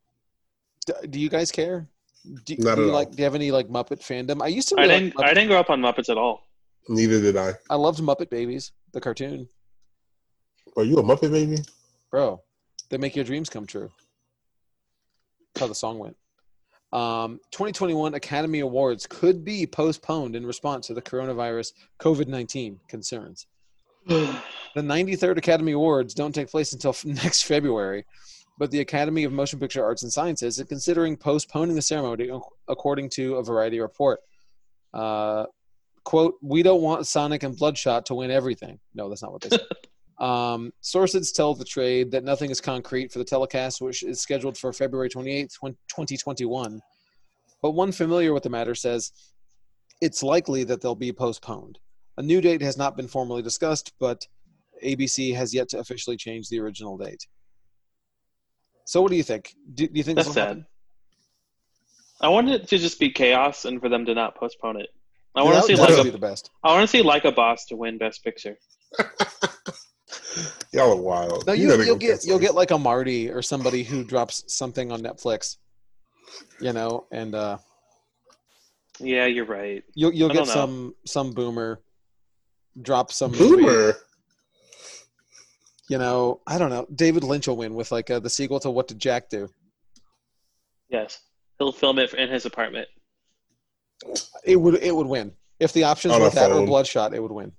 A: do, do you guys care? Do,
B: Not
A: do you
B: at all.
A: like? Do you have any like Muppet fandom? I used to.
C: I
A: Really
C: didn't.
A: like
C: I
A: Muppet-
C: didn't grow up on Muppets at all.
B: Neither did I.
A: I loved Muppet Babies, the cartoon,
B: Are you a Muppet baby?
A: bro. They make your dreams come true. That's how the song went. Um, 2021 Academy Awards could be postponed in response to the coronavirus COVID 19 concerns. The 93rd Academy Awards don't take place until f- next February, but the Academy of Motion Picture Arts and Sciences is considering postponing the ceremony, ac- according to a Variety report. Uh, quote, We don't want Sonic and Bloodshot to win everything. No, that's not what they said. um, sources tell the trade that nothing is concrete for the telecast, which is scheduled for February 28th, 2021. But one familiar with the matter says it's likely that they'll be postponed. A new date has not been formally discussed, but ABC has yet to officially change the original date. So, what do you think? Do, do you think
C: That's
A: this will
C: sad.
A: happen?
C: I wanted it to just be chaos, and for them to not postpone it. I
A: Yeah,
C: want
A: that
C: to see
A: would
C: like
A: definitely be
B: Lego-
C: a.
A: the best.
C: I want to see like a boss to win Best Picture.
B: Y'all are wild.
A: No,
B: You
A: you,
B: gotta
A: you'll
B: go
A: get
B: cancel
A: you'll
B: this.
A: get like a Marty or somebody who drops something on Netflix, you know, and uh,
C: Yeah, you're right.
A: you'll you'll
C: I
A: get
C: don't know.
A: some some boomer drop some movie,
B: Boomer.
A: you know, I don't know. David Lynch will win with like uh, the sequel to What Did Jack Do?
C: Yes, he'll film it in his apartment.
A: It would it would win if the options
B: On
A: were
B: a
A: that or
B: phone.
A: Bloodshot. It would win.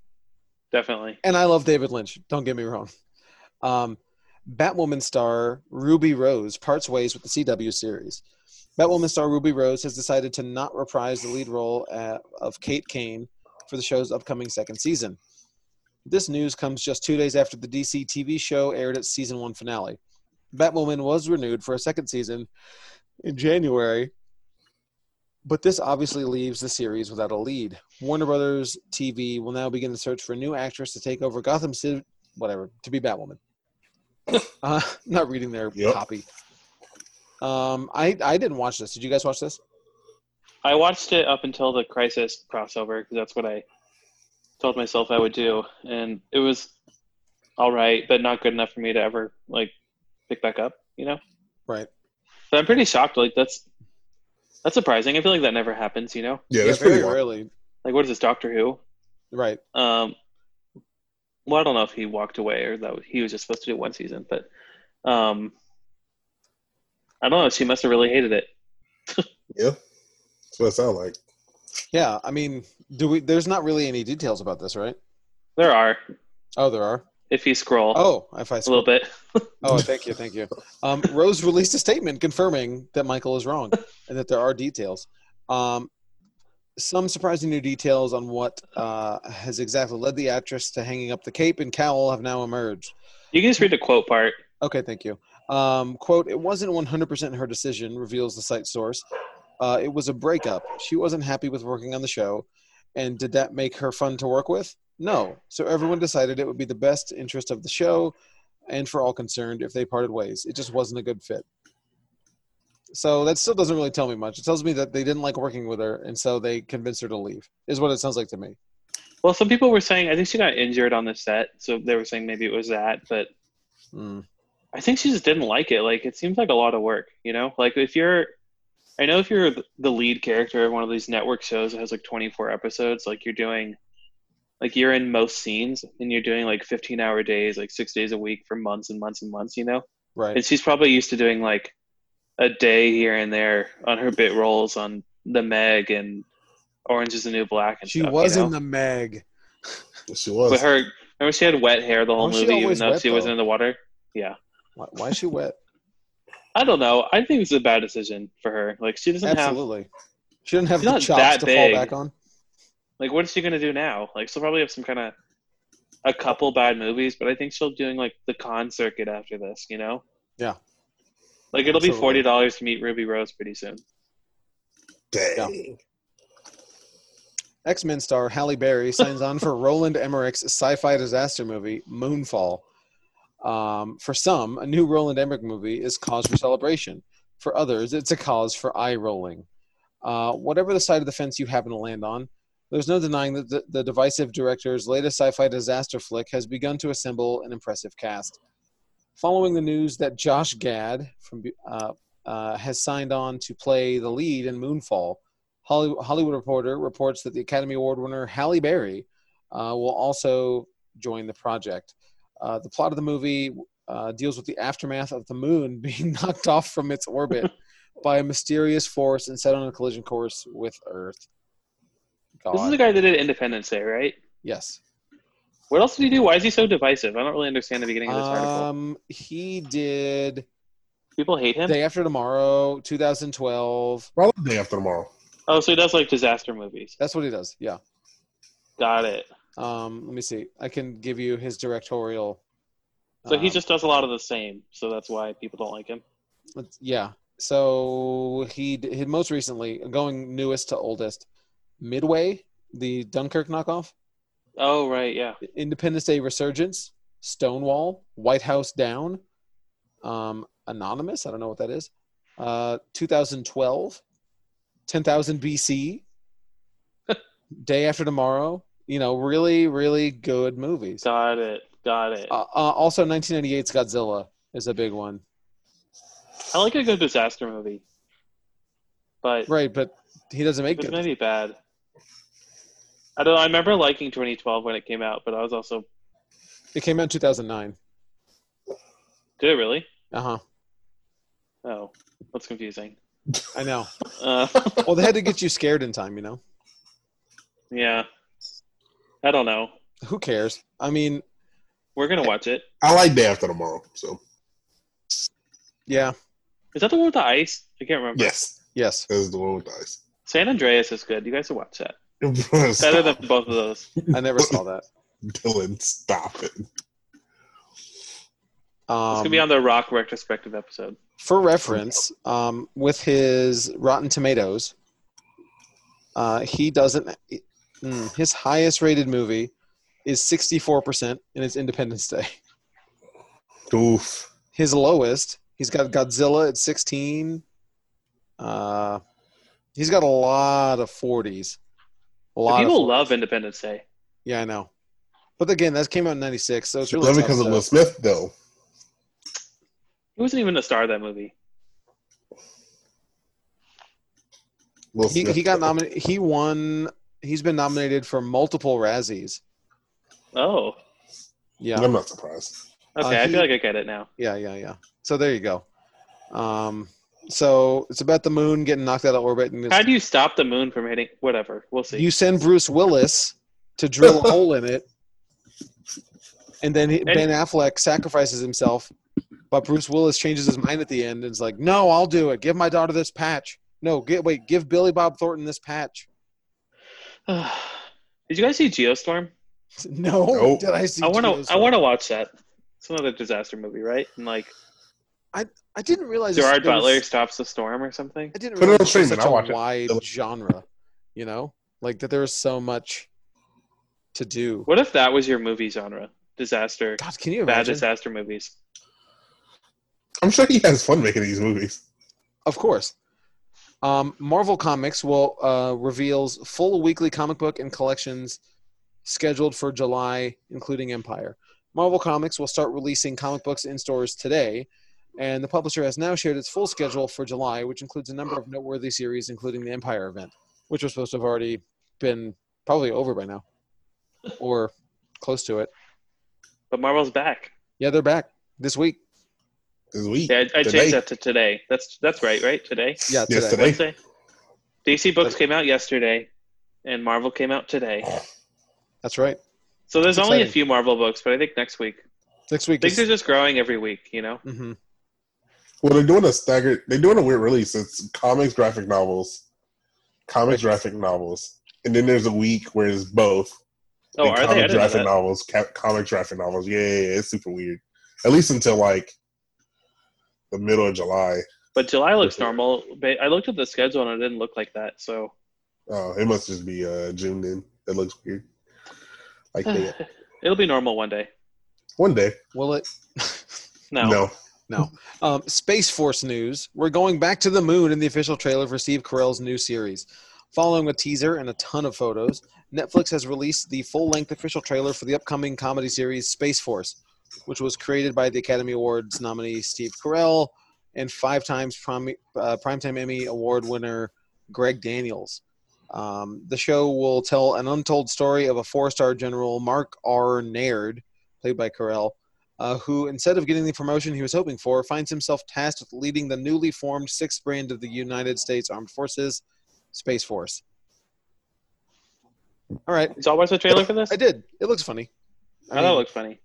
C: Definitely.
A: and I love David Lynch. Don't get me wrong. Um, Batwoman star Ruby Rose parts ways with the CW series. Batwoman star Ruby Rose has decided to not reprise the lead role uh, of Kate Kane for the show's upcoming second season. This news comes just two days after the DC TV show aired its season one finale. Batwoman was renewed for a second season in January, but this obviously leaves the series without a lead. Warner Brothers TV will now begin the search for a new actress to take over Gotham City, whatever, to be Batwoman. uh, not reading their
B: Yep.
A: copy. Um, I I didn't watch this. Did you guys watch this?
C: I watched it up until the Crisis crossover because that's what I told myself I would do, and it was all right, but not good enough for me to ever like pick back up. You know,
A: Right.
C: but I'm pretty shocked. Like that's That's surprising. I feel like that never happens. You know,
B: Yeah, that's
A: very
B: pretty wild.
A: rarely.
C: like what is this Doctor Who?
A: Right.
C: Um, well, I don't know if he walked away or that he was just supposed to do one season, but um, I don't know. She must have really hated it.
B: Yeah, that's what it sounds like.
A: Yeah. I mean, do we? There's not really any details about this, right?
C: There are,
A: Oh, there are.
C: if you scroll
A: Oh, if I
C: a little bit.
A: Oh, thank you, thank you. Um, Rose released a statement confirming that Michael is wrong and that there are details. Um, some surprising new details on what uh, has exactly led the actress to hanging up the cape and cowl have now emerged.
C: You can just read the quote part.
A: Okay, thank you. Um, quote, it wasn't 100% her decision, reveals the site source. Uh, it was a breakup. She wasn't happy with working on the show. And did that make her fun to work with? No. So everyone decided it would be the best interest of the show and for all concerned if they parted ways. It just wasn't a good fit. So that still doesn't really tell me much. It tells me that they didn't like working with her, and so they convinced her to leave, is what it sounds like to me.
C: Well, some people were saying I think she got injured on the set, so they were saying maybe it was that, but
A: Mm.
C: I think she just didn't like it. Like it seems like a lot of work, you know. Like if you're, I know if you're th- the lead character of one of these network shows that has like 24 episodes, like you're doing, like you're in most scenes and you're doing like 15 hour days, like six days a week for months and months and months, you know. And
A: Right.
C: she's probably used to doing like a day here and there on her bit roles on The Meg and Orange Is the New Black and
A: She
C: stuff,
A: was
C: you know?
A: in the Meg.
B: She was.
C: But her, remember she had wet hair the whole
A: Wasn't she
C: movie, even
A: always
C: though
A: wet,
C: she wasn't
A: though?
C: in the water.
A: Why, why is she wet?
C: I don't know. I think it's a bad decision for her. Like she doesn't have
A: Absolutely. She didn't have
C: She's
A: the
C: not
A: chops
C: that
A: to
C: big.
A: fall back on.
C: like what is she gonna do now? Like she'll probably have some kind of a couple bad movies, but I think she'll doing like the con circuit after this. You know?
A: Yeah.
C: Like it'll be
A: Absolutely.
C: forty dollars to meet Ruby Rose pretty soon.
B: Dang.
A: X Men star Halle Berry signs on for Roland Emmerich's sci fi disaster movie, Moonfall. Um, for some, a new Roland Emmerich movie is cause for celebration. For others, it's a cause for eye rolling. Uh, whatever the side of the fence you happen to land on, there's no denying that the, the divisive director's latest sci fi disaster flick has begun to assemble an impressive cast. Following the news that Josh Gad from, uh, uh, has signed on to play the lead in Moonfall, Holly- Hollywood Reporter reports that the Academy Award winner Halle Berry uh, will also join the project. Uh, the plot of the movie uh, deals with the aftermath of the moon being knocked off from its orbit by a mysterious force and set on a collision course with Earth. God.
C: This is the guy that did Independence Day, right?
A: Yes.
C: What else did he do? Why is he so divisive? I don't really understand the beginning of this article.
A: Um, he did
C: People hate him.
A: Day After Tomorrow, 2012.
B: Probably day after tomorrow.
C: oh, so he does like disaster movies.
A: That's what he does. Yeah.
C: Got it.
A: Um, let me see. I can give you his directorial.
C: So he
A: um,
C: just does a lot of the same. So that's why people don't like him.
A: Let's- yeah. So he d- he most recently going newest to oldest, Midway, the Dunkirk knockoff,
C: Oh right, yeah.
A: Independence Day Resurgence, Stonewall, White House Down, um, Anonymous. I don't know what that is. Uh, 2012, 10,000 BC, Day After Tomorrow. You know, really, really good movies. Uh,
C: Got it. Got it.
A: uh, also, 1998's Godzilla is a big one.
C: I like a good disaster movie, but
A: Right, but he doesn't make
C: it's
A: good.
C: gonna be bad. I don't. know. I remember liking 2012 when it came out, but I was also
A: It came out in 2009.
C: did it really?
A: Uh huh.
C: Oh, that's confusing.
A: I know.
C: Uh,
A: Well, they had to get you scared in time, you know.
C: yeah, I don't know.
A: Who cares? I mean,
C: We're gonna watch it.
B: I like day after tomorrow. So
A: yeah,
C: Is that the one with the ice? I can't remember.
B: yes,
A: yes.
B: that's the one with the ice.
C: San Andreas is good. You guys should watch that. Better
B: Better
C: than both of those.
A: I never saw that.
B: Dylan. Stop it.
C: It's
A: Um,
C: gonna be on the Rock retrospective episode.
A: for reference, um, with his Rotten Tomatoes, uh, he doesn't. mm, his highest rated movie is 64%, and it's Independence Day.
B: Oof.
A: His lowest, he's got Godzilla at 16. Uh, he's got a lot of 40s. A
C: The
A: lot of
C: People
A: 40s.
C: love Independence Day.
A: Yeah, I know. But again, that came out in '96, so it's really
B: Love it
A: tough
B: because of
A: to-
B: Will Smith though.
C: He wasn't even a star of that movie.
B: Will
A: He,
B: Smith.
A: he got nominated. He won. He's been nominated for multiple Razzies.
C: Oh,
A: Yeah,
B: I'm not surprised.
C: okay.
A: Uh,
C: I
A: he-
C: feel like I get it now.
A: yeah, yeah, yeah. So there you go. Um, so it's about the moon getting knocked out of orbit, and
C: How
A: it's,
C: do you stop the moon from hitting? Whatever. We'll see.
A: you send Bruce Willis to drill a hole in it, and then he, Ben Affleck sacrifices himself, but Bruce Willis changes his mind at the end and is like, "No, I'll do it. Give my daughter this patch. No, get wait, give Billy Bob Thornton this patch."
C: Did you guys see Geostorm?
A: No,
B: Nope.
A: did I see?
C: I want
A: Geostorm?
C: to. I want to watch that. It's another disaster movie, right? And like
A: I didn't realize this-
C: Gerard
A: there was-
C: Butler stops the storm or something.
A: I didn't
B: Put it
A: realize this
B: on
A: was
B: streaming,
A: such
B: I'll
A: a
B: watch it.
A: wide genre, you know, like that there was so much to do.
C: What if that was your movie genre? Disaster,
A: God, can you
C: bad
A: imagine?
C: disaster movies.
B: I'm sure he has fun making these movies.
A: Of course. Um, Marvel Comics will uh, reveals full weekly comic book and collections scheduled for July, including Empire. Marvel Comics will start releasing comic books in stores today, and the publisher has now shared its full schedule for July, which includes a number of noteworthy series, including the Empire event, which was supposed to have already been probably over by now, or close to it.
C: But Marvel's back.
A: Yeah, they're back this week.
B: This week.
C: Yeah, I, I
B: Today.
C: changed that to today. That's that's right, right? Today.
A: Yeah, today.
B: Yesterday.
C: Wednesday. DC books came out yesterday, and Marvel came out today.
A: That's right.
C: So there's
A: That's
C: only a
A: exciting.
C: few Marvel books, but I think next week.
A: Next
C: I
A: week
C: think
A: is.
C: they're just growing every week. You know.
A: Mhm.
B: Well, they're doing a staggered. They're doing a weird release. It's comics, graphic novels, comics, graphic novels, and then there's a week where it's both.
C: Oh,
B: Like
C: are they? I
B: comic
C: didn't know
B: graphic
C: that.
B: novels, ca- comic graphic novels. Yeah, yeah, yeah, it's super weird. At least until like the middle of July.
C: But July looks normal. But I looked at the schedule and it didn't look like that. So
B: Oh, it must just be uh, June then. It looks weird. Like that.
C: it'll be normal one day.
B: One day.
A: Will it?
C: No.
B: No.
A: Um, Space Force news. We're going back to the moon in the official trailer for Steve Carell's new series. Following a teaser and a ton of photos, Netflix has released the full length official trailer for the upcoming comedy series Space Force, which was created by the Academy Awards nominee Steve Carell and five times prom- uh, Primetime Emmy Award winner Greg Daniels. Um, the show will tell an untold story of a four star general, Mark R. Naird, played by Carell, uh, who, instead of getting the promotion he was hoping for, finds himself tasked with leading the newly formed sixth brand of the United States Armed Forces, Space Force. All right,
C: Did y'all watch the trailer for this?
A: I did. It looks funny.
C: I thought it looked funny.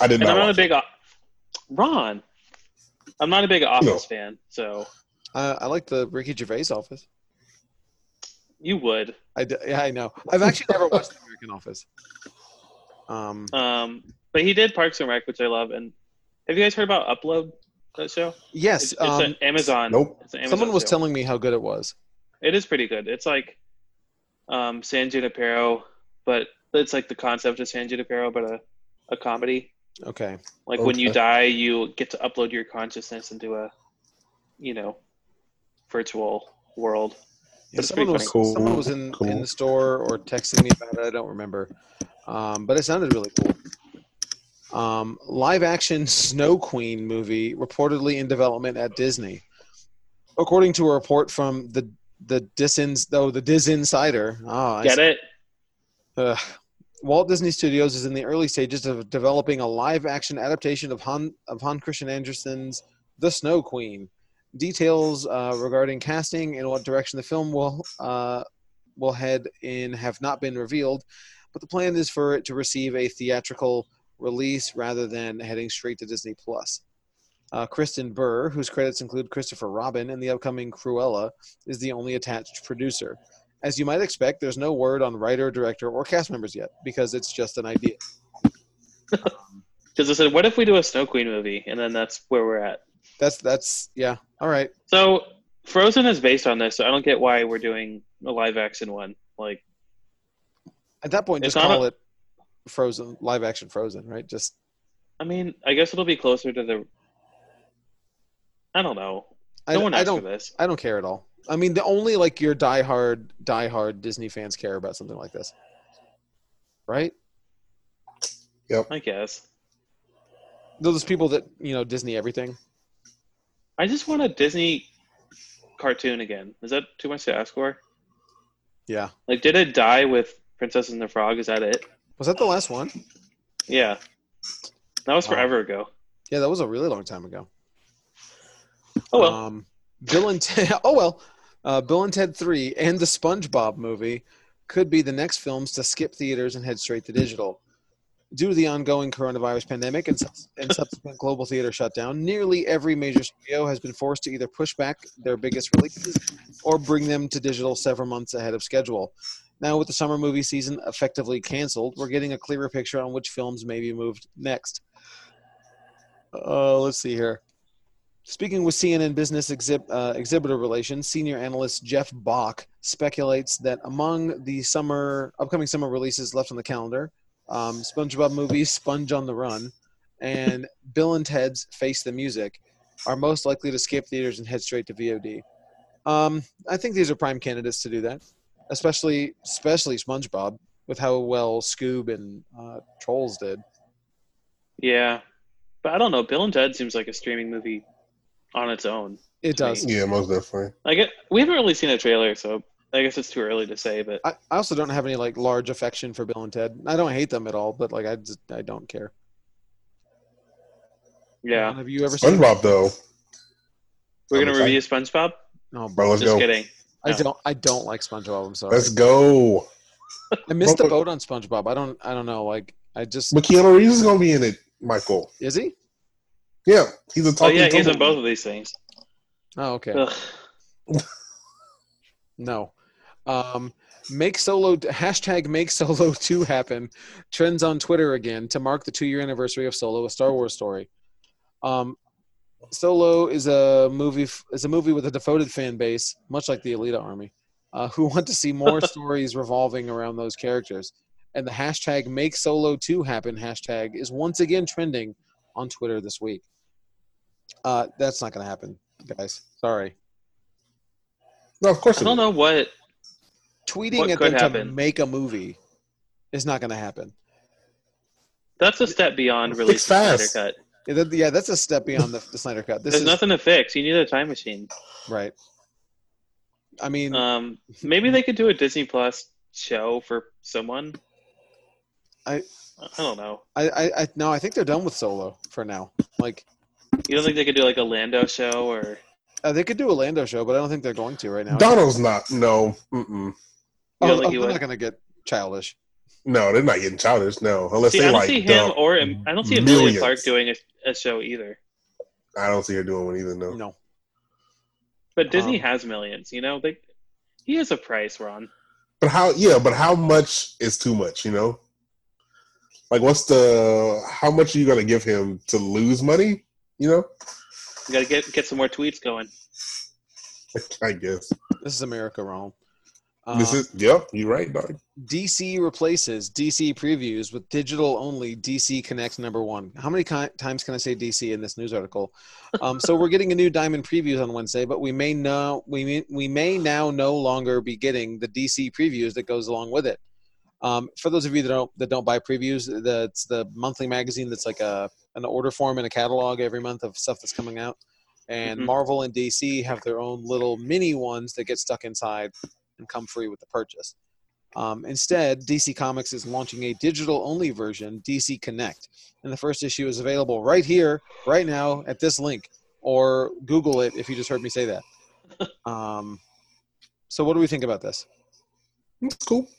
B: I did
C: And
B: not.
C: I'm not a
B: watch it.
C: big o- Ron. I'm not a big Office fan, so
A: uh, I like the Ricky Gervais office.
C: you would.
A: I d- yeah, I know. I've actually never watched The American Office. Um,
C: Um, but he did Parks and Rec, which I love. And have you guys heard about Upload? That show.
A: yes,
C: it's,
A: um,
C: it's an Amazon.
B: Nope.
C: It's an Amazon
A: someone was
C: show.
A: telling me how good it was.
C: It is pretty good. It's like um, San Junipero, but it's like the concept of San Junipero, but a, a comedy.
A: Okay.
C: Like when you
B: Okay.
C: die, you get to upload your consciousness into a, you know, virtual world.
A: Yeah,
C: it's
A: someone,
C: pretty
A: was,
B: funny.
A: someone was in,
B: Cool,
A: in
B: cool.
A: the store or texted me about it. I don't remember. Um, but it sounded really cool. Um, live action Snow Queen movie reportedly in development at Disney. According to a report from the the Disins, though the Diz Insider. Oh, I
C: Get it?
A: Ugh. Walt Disney Studios is in the early stages of developing a live-action adaptation of Han of Han Christian Andersen's *The Snow Queen*. Details uh, regarding casting and what direction the film will uh, will head in have not been revealed, but the plan is for it to receive a theatrical release rather than heading straight to Disney Plus. Uh, Kristen Burr, whose credits include Christopher Robin and the upcoming Cruella, is the only attached producer. As you might expect, there's no word on writer, director, or cast members yet because it's just an idea.
C: Because I said, what if we do a Snow Queen movie? And then that's where we're at.
A: That's that's yeah. All right.
C: So Frozen is based on this, so I don't get why we're doing a live action one. Like,
A: At that point,
C: It's
A: just
C: not
A: call it Frozen, live action Frozen, right? Just
C: I mean, I guess it'll be closer to the. I don't know.
A: I,
C: No one
A: I
C: asked
A: don't
C: for this.
A: I don't care at all. I mean, the only like your diehard diehard Disney fans care about something like this, right?
C: I guess.
A: Those people that you know Disney everything.
C: I just want a Disney cartoon again? Is that too much to ask for?
A: Yeah.
C: Like, did it die with Princess and the Frog? Is that it?
A: Was that the last one?
C: Yeah. That was
A: Wow.
C: forever ago.
A: Yeah, that was a really long time ago.
C: Oh well.
A: Um, Bill and Ted. Oh well, uh, Bill and Ted Three and the SpongeBob movie could be the next films to skip theaters and head straight to digital. Due to the ongoing coronavirus pandemic and, subs- and subsequent global theater shutdown, nearly every major studio has been forced to either push back their biggest releases or bring them to digital several months ahead of schedule. Now, with the summer movie season effectively canceled, we're getting a clearer picture on which films may be moved next. Uh, let's see here. Speaking with CNN Business exhib- uh, Exhibitor Relations, senior analyst Jeff Bach speculates that among the summer upcoming summer releases left on the calendar, um, SpongeBob movies Sponge on the Run and Bill and Ted's Face the Music are most likely to skip theaters and head straight to VOD. Um, I think these are prime candidates to do that, especially especially SpongeBob with how well Scoob and uh, Trolls did.
C: yeah. But I don't know. Bill and Ted seems like a streaming movie on its own.
A: It does.
B: Yeah, most definitely.
C: Like it, we haven't really seen a trailer, so I guess it's too early to say. But
A: I, I also don't have any like large affection for Bill and Ted. I don't hate them at all, but like I just I don't care.
C: yeah,
A: Have you ever seen?
B: SpongeBob though.
C: we're
B: I'm
C: gonna
B: excited.
C: review SpongeBob.
A: No, bro,
B: Bro, let's
C: Just
B: go.
C: kidding.
A: oh, I
C: No.
A: don't. I don't like SpongeBob. I'm sorry.
B: Let's go.
A: I missed the
B: Bro,
A: boat on SpongeBob. I don't. I don't know. Like I just
B: But Keanu Reeves is gonna be in it, Michael.
A: is he?
B: Yeah, he's a
C: Oh
B: talking.
C: yeah, he's in
B: Tumble.
C: both of these things.
A: Oh okay.
C: Ugh.
A: No. Um, make solo hashtag make solo two happen trends on Twitter again to mark the two year anniversary of Solo, a Star Wars story. Um, solo is a movie f- is a movie with a devoted fan base, much like the Alita Army, uh, who want to see more stories revolving around those characters. And the hashtag make solo two happen hashtag is once again trending on Twitter this week. Uh, that's not going to happen, guys. Sorry.
B: No, of course.
C: I don't know what.
A: tweeting
C: What
A: at
C: could
A: them to
C: happen?
A: make a movie is not going to happen.
C: That's a step beyond
B: It's
C: releasing Snyder
B: fast.
C: Cut.
A: Yeah, that- yeah, that's a step beyond the, the Snyder Cut. This
C: There's
A: is
C: nothing to fix. You need a time machine.
A: right. I mean,
C: Um, maybe they could do a Disney Plus show for someone.
A: I-
C: I don't know.
A: I, I, I no, I think they're done with Solo for now. Like,
C: You don't think they could do like a Lando show or?
A: uh, they could do a Lando show, but I don't think they're going to right now.
B: Donald's not. No. Mm-mm.
A: oh,
C: Yeah,
A: oh,
C: like he
A: they're
C: would.
A: not going to get childish.
B: No, they're not getting childish. No, unless
C: See, I
B: they
C: don't
B: like.
C: see him
B: dump.
C: or I don't see Amelia
B: millions.
C: Clark doing a, a show either.
B: I don't see her doing one either. No.
A: No,
C: But Disney
A: Um,
C: has millions, you know. They, he has a price, Ron.
B: But how? Yeah, but how much is too much? You know. Like, what's the? How much are you gonna give him to lose money? You know.
C: You gotta get get some more tweets going.
B: I guess
A: this is America wrong. Uh,
B: this
C: Um,
B: is. Yep, you're right, dog.
A: DC replaces DC previews with digital only DC Connect number one. How many ki- times can I say DC in this news article? Um, so we're getting a new Diamond previews on Wednesday, but we may now we may, we may now no longer be getting the DC previews that goes along with it. Um, for those of you that don't that don't buy previews, that's the monthly magazine that's like a an order form and a catalog every month of stuff that's coming out. And
C: Mhm.
A: Marvel and DC have their own little mini ones that get stuck inside and come free with the purchase. Um, instead, DC Comics is launching a digital only version, DC Connect. And the first issue is available right here, right now, at this link. Or Google it if you just heard me say that. Um, so, what do we think about this?
B: It's cool.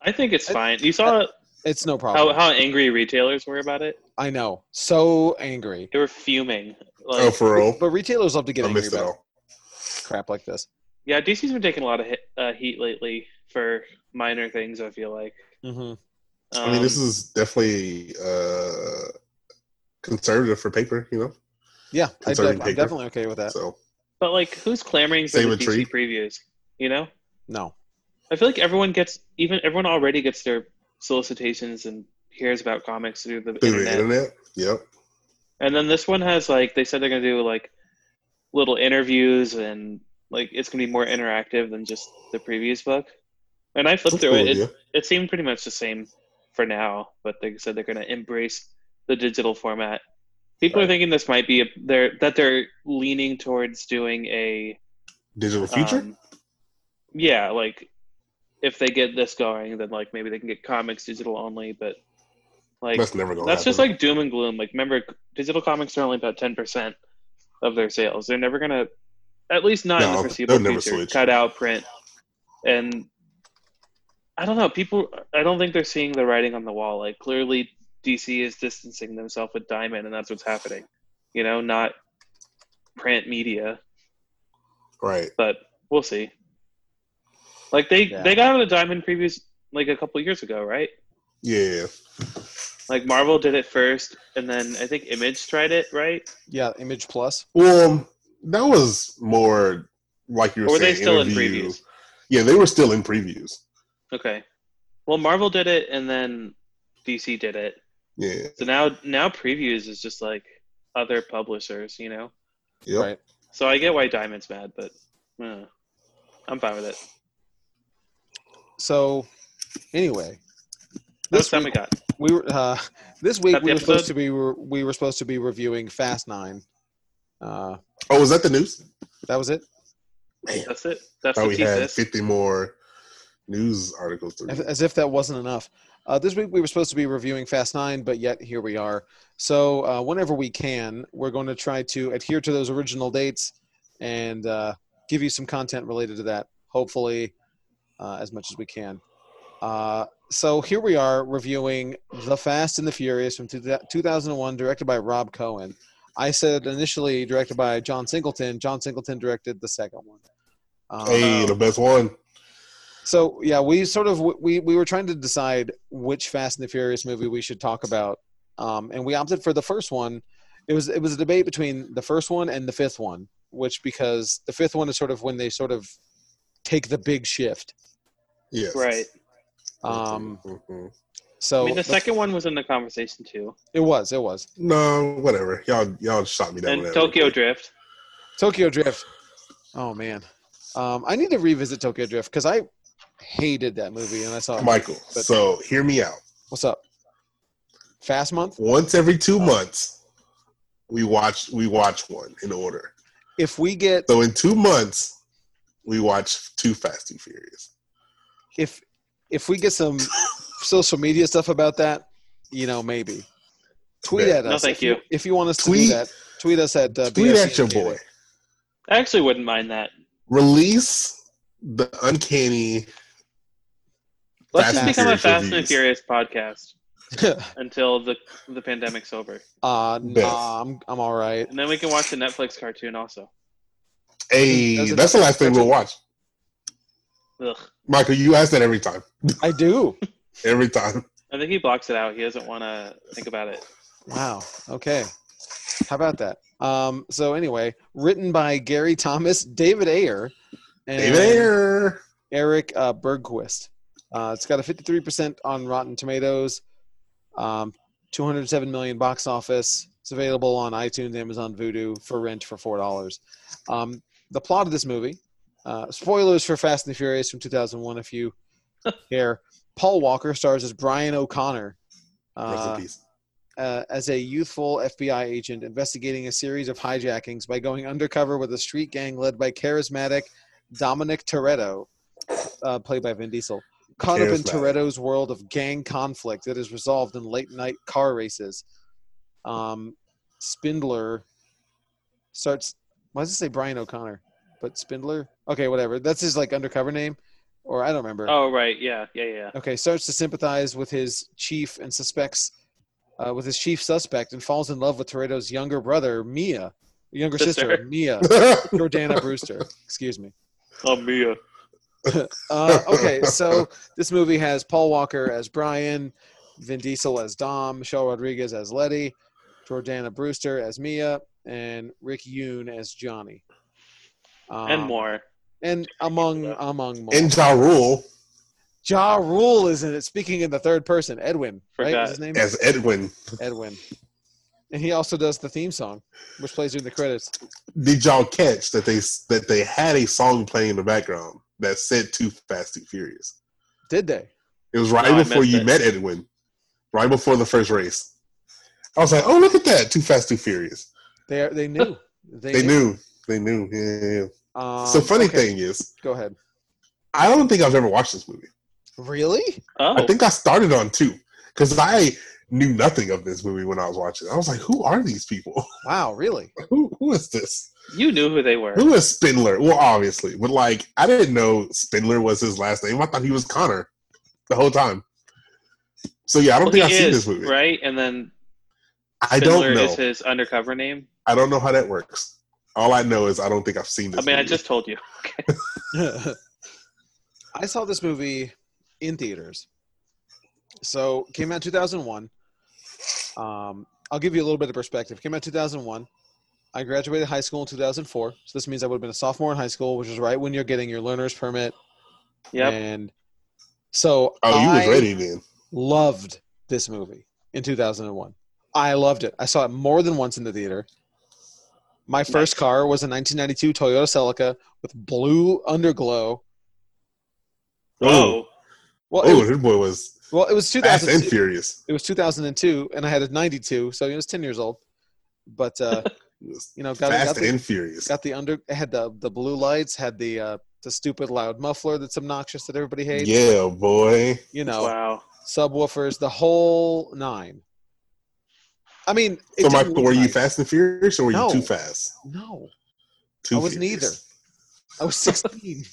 C: I think it's
A: I- Uh-huh.
C: fine. You saw
A: It's no
C: how
A: problem.
C: how angry retailers were about it.
A: I know. So angry.
C: They were fuming. Like,
B: oh, for real.
A: But retailers love to get
B: I
A: angry
B: missed it
A: about
B: all.
A: crap like this.
C: yeah, DC's been taking a lot of hit, uh, heat lately for minor things. I feel like.
A: hmm
C: Um,
B: I mean, this is definitely uh, conservative for paper. You know.
A: Yeah, I
B: Concerning
A: def- I'm
B: paper.
A: definitely okay with that.
B: So
C: But like, who's clamoring for
B: Save
C: the
B: a tree.
C: DC previews? You know,
A: No.
C: I feel like everyone gets even everyone already gets their solicitations and hears about comics through the
B: through
C: internet.
B: the internet. Yep.
C: And then this one has like they said they're gonna do like little interviews and like it's gonna be more interactive than just the previous book. And I flipped
B: That's
C: through
B: cool,
C: it.
B: yeah.
C: it. It seemed pretty much the same for now, but they said they're gonna embrace the digital format. People are
B: Right.
C: thinking this might be a, they're that they're leaning towards doing a
B: Digital future?
C: Um, yeah, like if they get this going, then like maybe they can get comics digital only. But like
B: that's never going.
C: that's just like doom and gloom. Like remember, digital comics are only about ten percent of their sales. They're never gonna, at least not in
B: No,
C: the foreseeable
B: they'll never
C: future,
B: switch.
C: cut out print. And I don't know. People, I don't think they're seeing the writing on the wall. Like clearly, DC is distancing themselves with Diamond, and that's what's happening. You know, not print media,
B: right.
C: but we'll see. Like they
A: Yeah.
C: they got out of Diamond previews like a couple years ago, right?
B: Yeah.
C: Like Marvel did it first, and then I think Image tried it, right?
A: Yeah, Image Plus.
B: Well, um, that was more like you were
C: Or were
B: saying.
C: they still in
B: interview.
C: previews?
B: Yeah, they were still in previews.
C: Okay. Well, Marvel did it, and then DC did it.
B: Yeah.
C: So now, now previews is just like other publishers, you know.
B: Yep.
A: Right.
C: So I get why Diamond's mad, but uh, I'm fine with it.
A: So, anyway, this
C: That's time
A: week
C: we got.
A: we were uh, this week
C: Happy
A: we were supposed to
C: episode?
A: be re- we were supposed to be reviewing Fast Nine. Uh,
B: Oh, was that the news?
A: that was it.
C: That's it. That's
B: thought
C: the
B: Oh, we had
C: thesis.
B: 50 more news articles to
A: As,
B: read.
A: as if that wasn't enough. Uh, this week we were supposed to be reviewing Fast Nine, but yet here we are. So uh, whenever we can, we're going to try to adhere to those original dates and uh, give you some content related to that, hopefully, uh, as much as we can. Uh, so here we are reviewing The Fast and the Furious from two, 2001, directed by Rob Cohen. I said initially directed by John Singleton. John Singleton directed the second one. Um,
B: Hey, the best one.
A: so yeah, we sort of we we were trying to decide which Fast and the Furious movie we should talk about, um, and we opted for the first one. It was it was a debate between the first one and the fifth one, which because the fifth one is sort of when they sort of take the big shift.
B: Yes.
C: Right.
A: Um,
B: Mhm.
A: so
C: I mean, the second one was in the conversation too,
A: it was it was
B: No, whatever. Y'all, y'all shot me down.
C: and
B: with that
C: Tokyo
B: real quick.
C: Drift.
A: Tokyo Drift. Oh man, um, I need to revisit Tokyo Drift because I hated that movie and I saw it.
B: Michael.
A: But-
B: so hear me out.
A: What's up? Fast month.
B: Once every two months, we watch we watch one in order.
A: If we get
B: So in two months, we watch two Fast and Furious.
A: if if we get some social media stuff about that, you know, maybe tweet
B: Yeah.
A: at us.
C: No, thank
A: if
C: you.
A: If you want us to
B: Tweet-
A: do that, tweet us at uh,
B: Tweet
A: BRC
B: at your
A: Indicator.
B: boy.
C: I actually wouldn't mind that.
B: Release the uncanny.
C: Let's
B: Fast
C: just
A: and
C: become a
B: Furious
C: Fast and
B: reviews.
C: Furious podcast until the the pandemic's over,
A: uh,
B: Beth.
A: nah, I'm I'm all right.
C: and then we can watch the Netflix cartoon also.
A: That's
B: Hey,
A: a-
B: that's the last thing
A: that's a-
B: we'll watch.
C: Ugh.
B: Michael, you ask that every time.
A: I do.
B: Every time.
C: I think he blocks it out. He doesn't want to think about it.
A: Wow. Okay. How about that? Um, so anyway, written by Gary Thomas, David Ayer, and
B: David Ayer.
A: Eric uh, Bergquist. Uh, it's got a 53% on Rotten Tomatoes, um, 207 million box office. It's available on iTunes, Amazon Vudu for rent for four dollars. Um, the plot of this movie, uh, spoilers for Fast and the Furious from 2001, if you care. Paul Walker stars as Brian O'Connor.
B: Rest in
A: Uh,
B: peace.
A: uh, as a youthful FBI agent investigating a series of hijackings by going undercover with a street gang led by charismatic Dominic Toretto, uh, played by Vin Diesel. Caught up in
B: Charismatic.
A: Toretto's world of gang conflict that is resolved in late night car races. Um, Spindler starts. Why does it say Brian O'Connor? But Spindler? Okay, whatever. That's his like undercover name, or I don't remember.
C: Oh right, yeah, yeah, yeah.
A: Okay, starts to sympathize with his chief and suspects uh, with his chief suspect and falls in love with Toretto's younger brother, Mia, younger sister,
C: Sister.
A: Mia, Jordana Brewster. Excuse me.
C: Oh Mia.
A: Uh, okay, so this movie has Paul Walker as Brian, Vin Diesel as Dom, Michelle Rodriguez as Letty, Jordana Brewster as Mia, and Rick Yoon as Johnny. Um,
C: and more.
A: And among among more.
B: and Ja Rule
A: Ja Rule is in it. Speaking in the third person, Edwin. Right?
C: Forgot.
A: Is his name?
B: as Edwin.
A: Edwin. And he also does the theme song, which plays during the credits.
B: Did y'all catch that they that they had a song playing in the background that said Too Fast Too Furious?
A: Did they?
B: It was right
C: No, I
B: before
C: missed
B: you
C: it.
B: met Edwin, right before the first race. I was like, oh look at that, Too Fast Too Furious.
A: They are, they knew. They,
B: They
A: knew.
B: knew, they knew. Yeah, yeah, yeah.
A: Um,
B: so funny
A: okay,
B: thing is,
A: Go ahead.
B: I don't think I've ever watched this movie.
A: Really?
C: Oh,
B: I think I started on two because I knew nothing of this movie when I was watching. it. I was like, "Who are these people?
A: Wow. Really?
B: who who is this?
C: you knew who they were.
B: Who is Spindler?" Well, obviously, but like, I didn't know Spindler was his last name. I thought he was Connor the whole time. So yeah, I don't
C: Well, he
B: think I've seen
C: is,
B: this movie.
C: right? And then
B: I don't
C: Spindler
B: know.
C: is his undercover name.
B: I don't know how that works. All I know is I don't think I've seen
C: I
B: this.
C: mean, I
B: movie.
C: just told you.
A: I saw this movie in theaters. So came out 2001. Um, I'll give you a little bit of perspective. Came out 2001. I graduated high school in 2004. So this means I would have been a sophomore in high school, which is right when you're getting your learner's permit.
C: Yep.
A: And so
B: Oh, you
A: I
B: was ready then.
A: loved this movie in 2001. I loved it. I saw it more than once in the theater. My first
C: Nice.
A: car was a 1992 Toyota Celica with blue underglow.
C: Whoa.
A: Well, it
B: Oh,
A: was-
B: this boy was
A: Well, it was
B: fast and
A: 2000.
B: furious.
A: It was 2002, and I had a 92, so it was 10 years old. But uh,
B: He was
A: you know, got, got
B: fast
A: the
B: and furious.
A: got the under had the the blue lights, had the uh, the stupid loud muffler that's obnoxious that everybody hates.
B: Yeah, boy.
A: You know,
C: Wow.
A: subwoofers, the whole nine. I mean, it
B: So,
A: didn't
B: Michael,
A: look
B: were you
A: nice.
B: fast and furious, or were
A: No.
B: you too fast?
A: No,
B: Too
A: I wasn't
B: furious.
A: either. I was 16.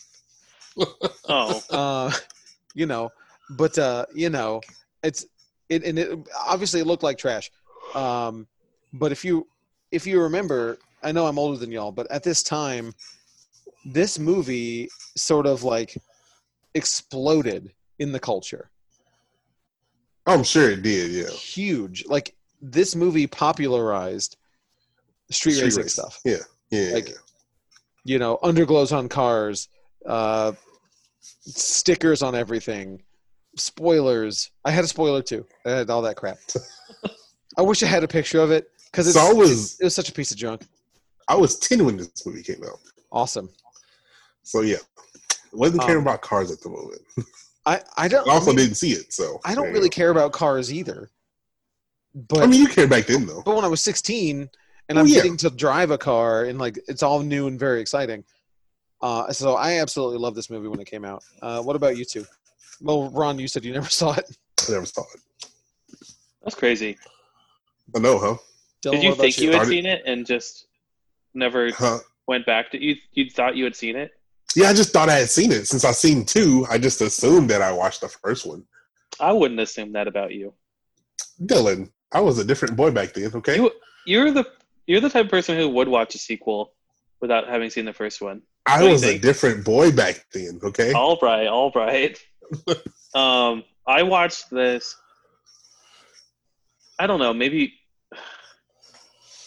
C: Oh,
A: uh, you know, but uh, you know, it's it and it obviously it looked like trash. Um, but if you if you remember, I know I'm older than y'all, but at this time, this movie sort of like exploded in the culture.
B: I'm sure it did. Yeah.
A: Huge, like this movie popularized street,
B: Street
A: racing
B: race.
A: stuff.
B: Yeah. Yeah.
A: Like-
B: yeah.
A: You know, underglows on cars, uh, stickers on everything, spoilers. I had a spoiler too. I had all that crap. I wish I had a picture of it because
B: so I was
A: it was such a piece of junk.
B: I was ten when this movie came out.
A: Awesome.
B: So yeah, wasn't caring
A: Um,
B: about cars at the moment.
A: I I don't.
B: I also
A: I, mean,
B: didn't see it, so
A: I don't
B: yeah.
A: really care about cars either. But
B: uh, I mean, you cared back then, though.
A: but when I was 16 and
B: Oh,
A: I'm
B: yeah.
A: getting to drive a car and like it's all new and very exciting. Uh, so I absolutely loved this movie when it came out. Uh, what about you two? Well, Ron, you said you never saw it.
B: I never saw it.
C: that's crazy.
B: I know, huh?
A: Dylan,
C: Did you
A: what about
C: think you had
B: Started-
C: seen it and just never
B: Huh?
C: went back to you? You thought you had seen it?
B: Yeah, I just thought I had seen it since I seen two. I just assumed that I watched the first one.
C: I wouldn't assume that about you.
B: Dylan, I was a different boy back then. Okay.
C: You- You're the you're the type of person who would watch a sequel without having seen the first one.
B: I
C: What do you
B: was a
C: think? Oh,
B: different boy back then, okay?
C: All right, all right. um, I watched this. I don't know, maybe.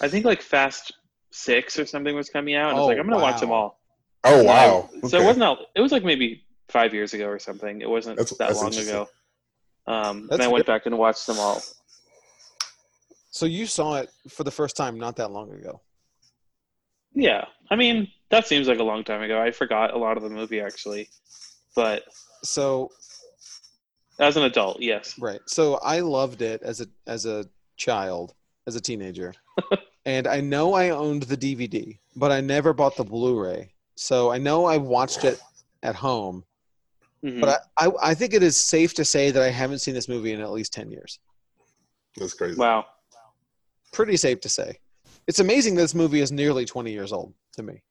C: I think like Fast Six or something was coming out, and I
A: Oh,
C: was like, I'm gonna watch them
A: wow.
C: all.
B: Oh
C: And I-
B: wow.
C: So it
B: Okay.
C: wasn't. All, it was like maybe five years ago or something. It wasn't
B: That's-
C: that
B: that's
C: long
B: interesting.
C: ago. Um, and
A: That's
C: I went back and watched them all.
A: So you saw it for the first time not that long ago.
C: Yeah, I mean that seems like a long time ago. I forgot a lot of the movie actually, but
A: So
C: as an adult, yes.
A: right. So I loved it as a as a child, as a teenager. and I know I owned the DVD, but I never bought the Blu-ray. So I know I watched it at home,
C: Mhm.
A: but I, I, I think it is safe to say that I haven't seen this movie in at least 10 years.
B: That's crazy.
C: wow.
A: Pretty safe to say. It's amazing this movie is nearly 20 years old to me.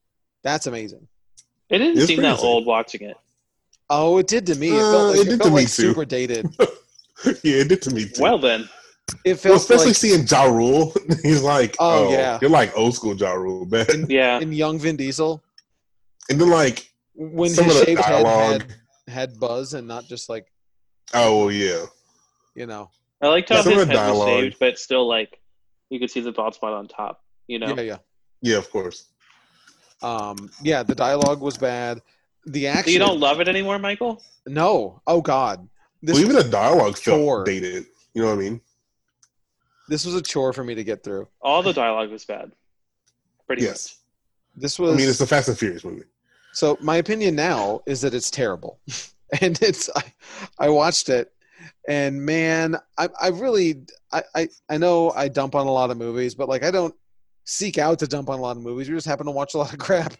A: That's amazing.
C: It didn't
B: It's
C: seem that
B: crazy.
C: old watching it.
A: Oh, it did to me. It
B: Uh,
A: felt like,
B: it
A: it
B: did
A: felt
B: to me
A: like
B: too.
A: super dated.
B: yeah, it did to me too.
C: Well then,
A: It felt
B: Well, especially
A: like
B: seeing Ja Rule. He's like,
A: Oh,
B: oh,
A: yeah.
B: You're like old school Ja Rule, man. And,
C: yeah,
A: in Young Vin Diesel
B: then like
A: when
B: some
A: his
B: of the
A: shaved head
B: dialogue.
A: had, had buzz and not just like
B: Oh yeah.
A: you know
C: I liked how
B: Some
C: his
B: of the
C: head was
B: dialogue.
C: shaved, but still like you could see the bald spot on top. You know,
A: yeah yeah
B: Yeah, of course.
A: um yeah the dialogue was bad the
C: so
A: action
C: you don't love it anymore, Michael.
A: no oh god this
B: well, even the dialogue
A: Sure.
B: felt dated. You know what I mean?
A: this was a chore for me to get through
C: All the dialogue was bad. Pretty
B: Yes.
A: this was
B: I mean, it's a Fast and Furious movie.
A: so my opinion now is that it's terrible and it's I, I watched it and man I, I really I, I I know I dump on a lot of movies but like I don't seek out to dump on a lot of movies we just happen to watch a lot of crap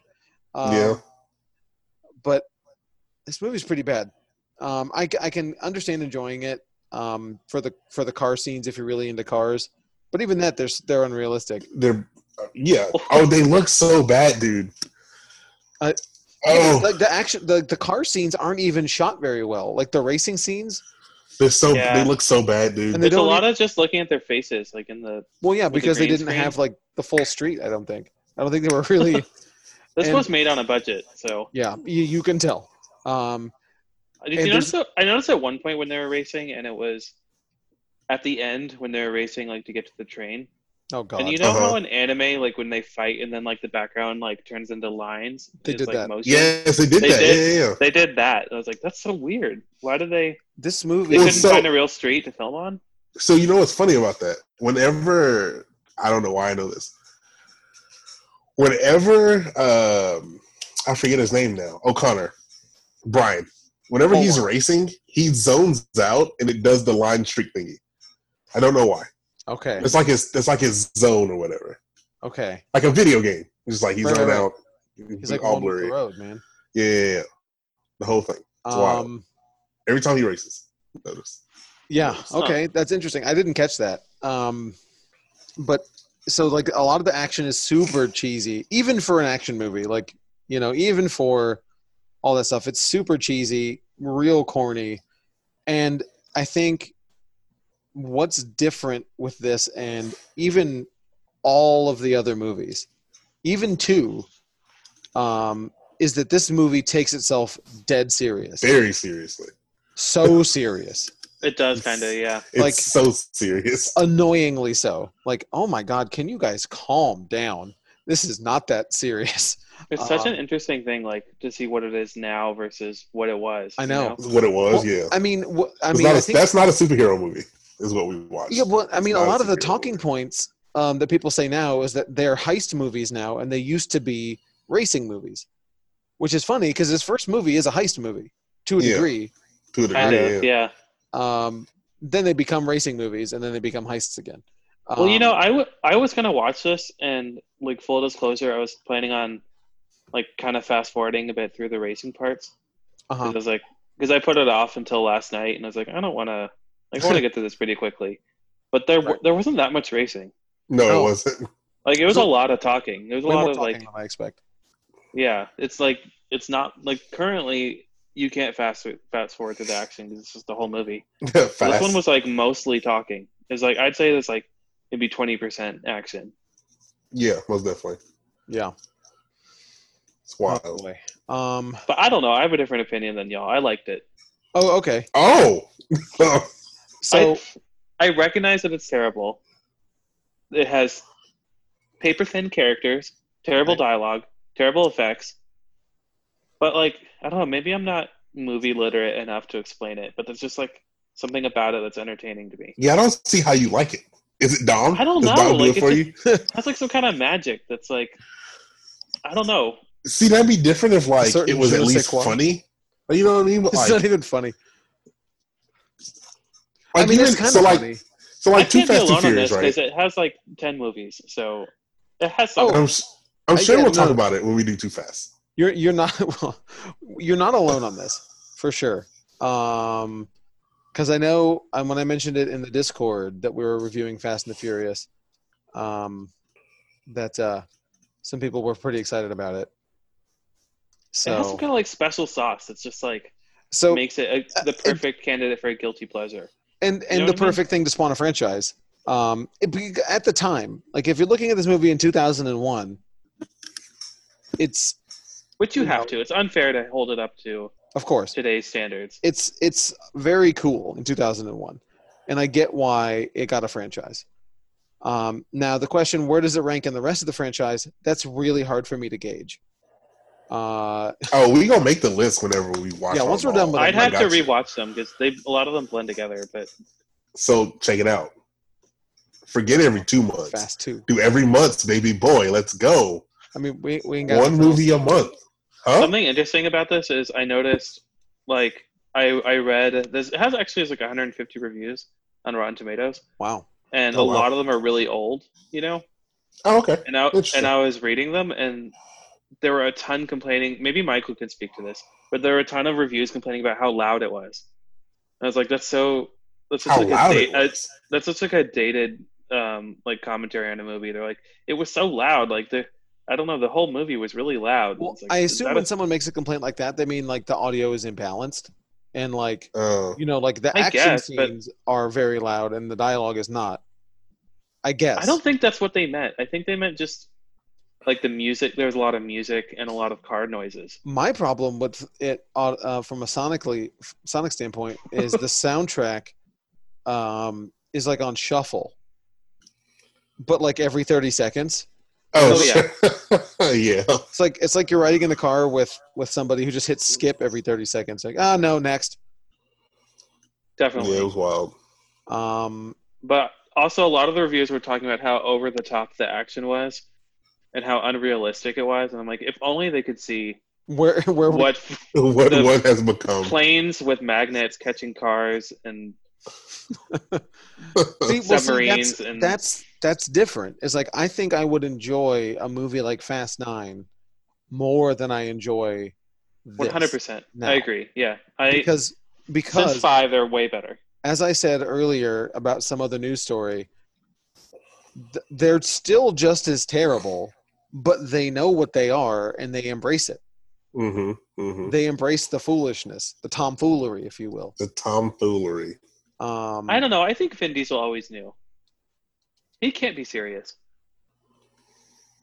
A: Um,
B: yeah.
A: But this movie's pretty bad. Um, I, I can understand enjoying it um, for the for the car scenes if you're really into cars, but even that they're they're unrealistic.
B: They're yeah. Oh, they look so bad, dude.
A: I-
B: oh,
A: Like the action, the, the car scenes aren't even shot very well. Like the racing scenes.
B: they're so
C: Yeah.
B: they look so bad, dude.
A: And they
C: It's a
A: don't
C: lot of just looking at their faces, like in the.
A: Well, yeah,
C: With the
A: because they
C: green
A: didn't
C: screen.
A: have like the full street. I don't think. I don't think they were really.
C: This
A: And-
C: was made on a budget, so.
A: yeah, you, you can tell. Um, And
C: Did you
A: there's-
C: notice? that- I noticed at one point when they were racing, and it was at the end when they were racing, like to get to the train.
A: oh God,
C: And you know
B: Uh-huh.
C: how in anime, like when they fight, and then like the background like turns into lines.
A: They
C: It's,
A: did
C: like,
A: that.
C: motion?
B: yes, they did
C: They
B: that.
C: did.
B: Yeah, yeah, yeah.
C: They did that. And I was like, that's so weird. Why did they?
A: this
C: They
A: movie.
B: Well,
C: couldn't
B: so-
C: find a real street to film on.
B: So you know what's funny about that? Whenever I don't know why I know this. Whenever um, I forget his name now, O'Connor, Brian. Whenever
A: Oh,
B: he's
A: wow.
B: racing, he zones out and it does the line streak thingy. I don't know why.
A: okay,
B: It's like his it's like his zone or whatever,
A: okay.
B: like a video game. It's just like he's
A: Right,
B: zoned
A: right, right.
B: out.
A: He's like
B: all
A: on the
B: blurry.
A: road, man.
B: Yeah, yeah, yeah, the whole thing. It's wild.
A: Um,
B: Every time he races, notice.
A: yeah.
C: Huh.
A: Okay, that's interesting. I didn't catch that. Um, but so like a lot of the action is super cheesy, even for an action movie. Like you know, even for all that stuff, it's super cheesy, real corny, and I think what's different with this and even all of the other movies, even two, um, is that this movie takes itself dead serious.
B: Very seriously,
A: so serious
C: It does kind of, yeah.
B: it's
A: Like- uh,
B: so serious.
A: annoyingly so like oh my god can you guys calm down this is not that serious
C: It's such an
A: Um,
C: interesting thing, like to see what it is now versus what it was.
A: I
C: you
A: know.
B: what it
A: Well,
B: was. yeah,
A: i mean wh- i
B: It's
A: mean
B: not
A: I
B: a-
A: think,
B: that's not a superhero movie, is what we watched.
A: yeah well i
B: It's
A: mean a
B: not a
A: lot of the
B: superhero
A: talking
B: movie.
A: points um, that people say now is that they're heist movies now and they used to be racing movies which is funny because his first movie is a heist movie to a
B: Yeah.
A: degree
B: To a
C: Kind
B: degree,
C: of,
B: yeah.
C: yeah.
A: um, then they become racing movies and then they become heists again
C: Well, you
A: Um,
C: know, I, w- I was going to watch this, and like full disclosure, I was planning on like kind of fast forwarding a bit through the racing parts.
A: uh-huh.
C: Because I was like, because I put it off until last night, and I was like, I don't want to, like, I want to get to this pretty quickly. But there, w
A: Right.
C: there wasn't that much racing.
B: No,
A: No.
B: it wasn't.
C: Like, it was a
A: So-
C: lot of talking. There was a
A: way
C: lot
A: more
C: of
A: talking
C: like,
A: than i expect
C: yeah, it's like it's not like currently you can't fast fast forward to the action 'cause it's just the whole movie.
B: Fast.
C: This one was like mostly talking. It's like I'd say it's like maybe twenty percent action.
B: yeah, most definitely.
A: yeah
B: It's wild.
A: Oh, boy. um
C: But I don't know. I have a different opinion than y'all. I liked it.
A: oh okay
B: Oh,
A: so
C: I recognize that it's terrible. It has paper thin characters, terrible
A: Right.
C: dialogue, terrible effects. But like, I don't know, maybe I'm not movie literate enough to explain it, but there's just like something about it that's entertaining to me.
B: yeah, I don't see how you like it. Is it Dom?
C: I don't
B: Does
C: know,
B: Dom do
C: like,
B: it for you?
C: That's like some kind of magic that's like I don't know.
B: See, that'd be different if like
A: certain
B: it was
A: je
B: at
A: ne sais
B: least
A: quoi.
B: funny. Like, you know what I mean? But,
A: it's
B: like,
A: not even funny
B: like,
A: I mean,
B: even-
A: it's kind
B: so
A: of
B: like
A: funny.
B: so
C: I
B: like Too
C: can't be
B: Fast Too
C: alone on this
B: Furious, right?
C: because it has like ten movies, so it has
A: Oh,
C: something.
B: I'm, s- I'm
A: I
B: sure
A: get
B: we'll
A: it,
B: talk
A: no.
B: about it when we do Too Fast.
A: You're you're not well, you're not alone on this for sure. Um, because I know um, when I mentioned it in the Discord that we were reviewing Fast and the Furious, um, that uh, some people were pretty excited about it.
C: It has some
A: So
C: kind of like special sauce that's just like
A: so
C: makes it
B: uh,
C: a, the perfect candidate for a guilty pleasure.
A: and
C: know
A: and the
C: what I mean?
A: perfect thing to spawn a franchise. Um, it, be- at the time, like if you're looking at this movie in 2001, it's
C: Which you
A: You
C: have
A: know.
C: to. It's unfair to hold it up to
A: of course
C: today's standards.
A: it's it's very cool in 2001 and i get why it got a franchise um, now the question where does it rank in the rest of the franchise that's really hard for me to gauge uh,
B: Oh, we gonna make the list whenever we watch.
A: Yeah,
B: all Oh
A: once we're
B: of them.
A: done with it,
C: I'd
A: I
C: have to
B: got you.
C: rewatch them because they a lot of them blend together. But
B: So check it out. Forget every two months.
A: fast two
B: Do every month, baby boy. Let's go.
A: i mean we, we ain't got
B: One
A: nothing else.
B: movie a month. Huh?
C: something interesting about this is I noticed, like I I read this. It has actually has like 150 reviews on Rotten Tomatoes,
A: wow
C: and
B: Oh,
C: a
B: wow.
C: lot of them are really old. You know,
B: Oh, okay.
C: and I
B: Interesting.
C: and I was reading them, and there were a ton complaining. Maybe Michael could speak to this, but there were a ton of reviews complaining about how loud it was. And I was like, that's so. That's just
B: How
C: like
B: loud
C: a,
B: it
A: uh,
C: da- a-
B: was.
C: that's just like a dated um like commentary on a movie. They're like, it was so loud. Like the I don't know, the whole movie was really loud.
A: Well,
C: It's like,
A: I
C: is
A: assume
C: that
A: when
C: a-
A: someone makes a complaint like that, they mean like the audio is imbalanced, and like
B: Oh.
A: you know, like the
C: I
A: action
C: guess, but-
A: scenes are very loud and the dialogue is not. I guess.
C: I don't think that's what they meant. I think they meant just like the music. There was a lot of music and a lot of car noises.
A: My problem with it, uh, uh, from a sonically f- sonic standpoint, is the soundtrack um, is like on shuffle, but like every thirty seconds.
B: Oh,
C: Oh,
B: yeah. yeah.
A: It's like it's like you're riding in the car with with somebody who just hits skip every thirty seconds. Like, ah, no, next.
C: Definitely.
B: Yeah, it was wild.
A: Um,
C: But also, a lot of the reviews were talking about how over the top the action was and how unrealistic it was. And I'm like, if only they could see
A: where where we-
C: what
B: What
C: The
B: what has become?
C: planes with magnets catching cars and
A: See, well, see,
C: submarines
A: that's,
C: and-
A: that's that's different. It's like I think I would enjoy a movie like Fast Nine more than I enjoy this.
C: 100%.
A: No.
C: I agree. Yeah. I
A: because
C: Since
A: because
C: five, they're way better.
A: as I said earlier about some other news story, th- they're still just as terrible, but they know what they are and they embrace it.
B: hmm hmm
A: They embrace the foolishness, the tomfoolery, if you will.
B: The tomfoolery.
A: Um,
C: I don't know. I think Vin Diesel always knew. He can't be serious.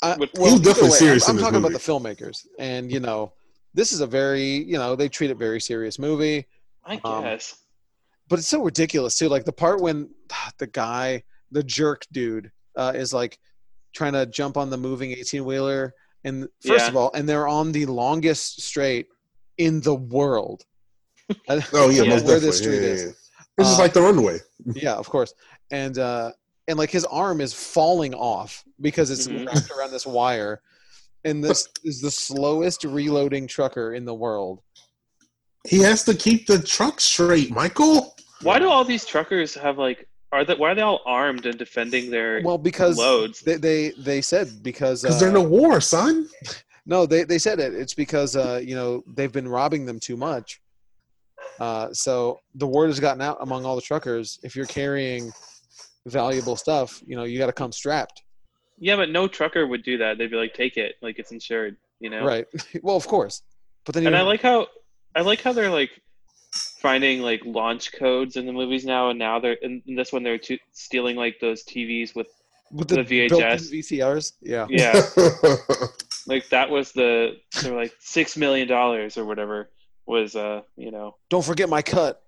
A: I,
C: With-
A: well,
B: He's definitely
A: either way,
B: serious
A: I'm, I'm
B: in this
A: talking
B: movie.
A: about the filmmakers, and you know, this is a very you know they treat it very serious movie,
C: I
A: Um,
C: guess.
A: but it's so ridiculous too. Like the part when the guy, the jerk dude, uh, is like trying to jump on the moving 18 wheeler, and first
C: Yeah.
A: of all, and they're on the longest straight in the world.
B: Oh yeah,
C: Yeah,
B: most
A: where
B: definitely.
A: this street
B: yeah, yeah,
A: is.
B: yeah. It's just
A: Uh,
B: like the runway.
A: yeah, of course, and uh, and like his arm is falling off because it's
C: Mhm.
A: wrapped around this wire, and this is the slowest reloading trucker in the world.
B: He has to keep the truck straight, Michael.
C: Why do all these truckers have like? Are they? Why are they all armed and defending their
A: Well, because
C: loads?
A: they, they they said because
B: Because
A: uh,
B: they're in a war, son.
A: no they they said it. It's because uh, you know they've been robbing them too much. Uh, so the word has gotten out among all the truckers. If you're carrying valuable stuff, you know you got to come strapped,
C: Yeah, but no trucker would do that. They'd be like, "Take it, like it's insured," you know.
A: right? well, of course. But then
C: And
A: you're-
C: I like how, I like how they're like finding like launch codes in the movies now, and now they're in, in this one they're too, stealing like those TVs with
A: with
C: the
A: built-in
C: VHS.
A: VCRs. Yeah.
C: yeah, like that was the they were like six million dollars or whatever was uh you know
A: Don't forget my cut.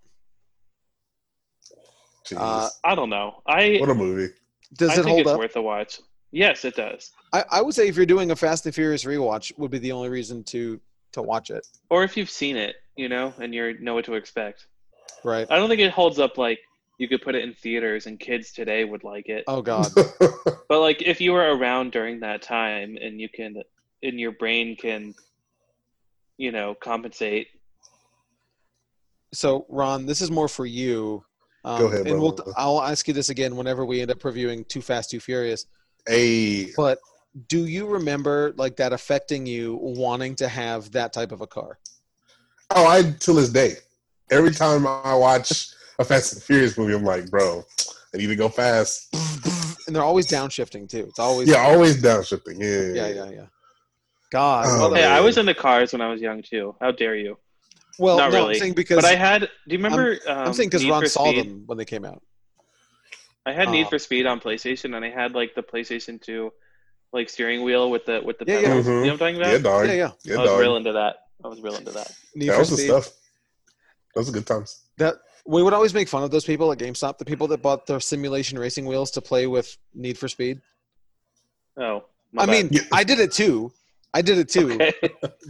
B: Jeez.
A: Uh,
C: I don't know I
B: what a movie.
A: Does
C: I
A: it
C: think
A: hold
C: it's
A: up?
C: worth a watch. Yes, it does.
A: I, I would say if you're doing a Fast and Furious rewatch, would be the only reason to to watch it,
C: Or if you've seen it, you know, and you know what to expect.
A: right?
C: I don't think it holds up like you could put it in theaters and kids today would like it.
A: Oh God,
C: But like if you were around during that time and you can and your brain can you know, compensate.
A: so Ron, this is more for you. Um,
B: Go ahead,
A: and we'll,
B: brother.
A: I'll ask you this again whenever we end up reviewing Too Fast, Too Furious.
B: hey,
A: But do you remember like that affecting you wanting to have that type of a car?
B: oh, I till this day. Every time I watch a Fast and Furious movie, I'm like, bro, I need to go fast.
A: And they're always downshifting too. It's always
B: Yeah, always downshifting. Yeah,
A: yeah, yeah, yeah. God,
B: Oh,
A: well,
C: Hey, I
B: man.
C: was in the cars when I was young too. How dare you?
A: well,
C: not
A: no,
C: really.
A: I'm saying because
C: But I had do you remember um,
A: I'm saying because
C: Need
A: Ron
C: for
A: saw
C: Speed?
A: them when they came out.
C: I had Need
A: Um,
C: for Speed on PlayStation, and I had like the PlayStation Two, like steering wheel with the with the
A: Yeah, yeah.
C: pedals.
B: Mhm.
C: You know what I'm talking about?
B: Yeah, dog.
A: Yeah, yeah.
B: Yeah,
C: I was
B: dog.
C: real into that. I was real into that.
A: Need
B: That
A: for
B: was the
A: Speed.
B: stuff. Those are good times.
A: That we would always make fun of those people at GameStop, the people that bought their simulation racing wheels to play with Need for Speed.
C: Oh, my
A: I
C: bad.
A: mean,
B: Yeah.
A: I did it too. I did it too.
C: Okay.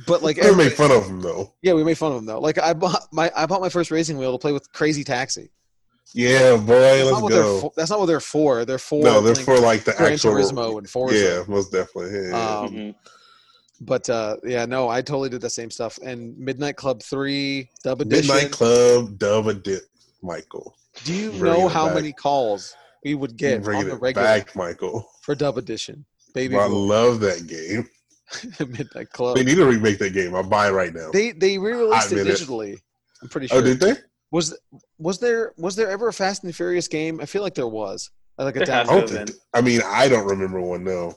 A: But like,
B: They
A: every,
B: make fun of them though.
A: yeah, we made fun of them though. Like, I bought my I bought my first racing wheel to play with Crazy Taxi.
B: Yeah,
A: That's
B: boy, let's
A: not what they're
B: go.
A: for, that's not what they're for. They're for
B: No, they're
A: like,
B: for like the
A: Gran
B: actual.
A: Turismo and Forza.
B: Yeah, most definitely. Yeah.
A: Um,
C: Mhm.
A: But uh, yeah, no, I totally did the same stuff. And Midnight Club Three Dub Edition.
B: Midnight Club, Dove a Dip, Michael.
A: Do you
B: Bring
A: know
B: it
A: how
B: back.
A: many calls we would get
B: Bring
A: on the
B: it
A: regular
B: back, Michael.
A: for Dub Edition? Baby,
B: Bro, I
A: boom.
B: love that game.
A: Midnight Club.
B: They need to remake that game. I'm buying right now.
A: They they re-released
B: I
A: it
B: mean it.
A: digitally. I'm pretty sure.
B: oh, did they?
A: was was there was there ever a Fast and Furious game? I feel like there was. Like a
C: There has
B: I don't
A: download.
C: to have
B: think. I mean, I don't remember one. No,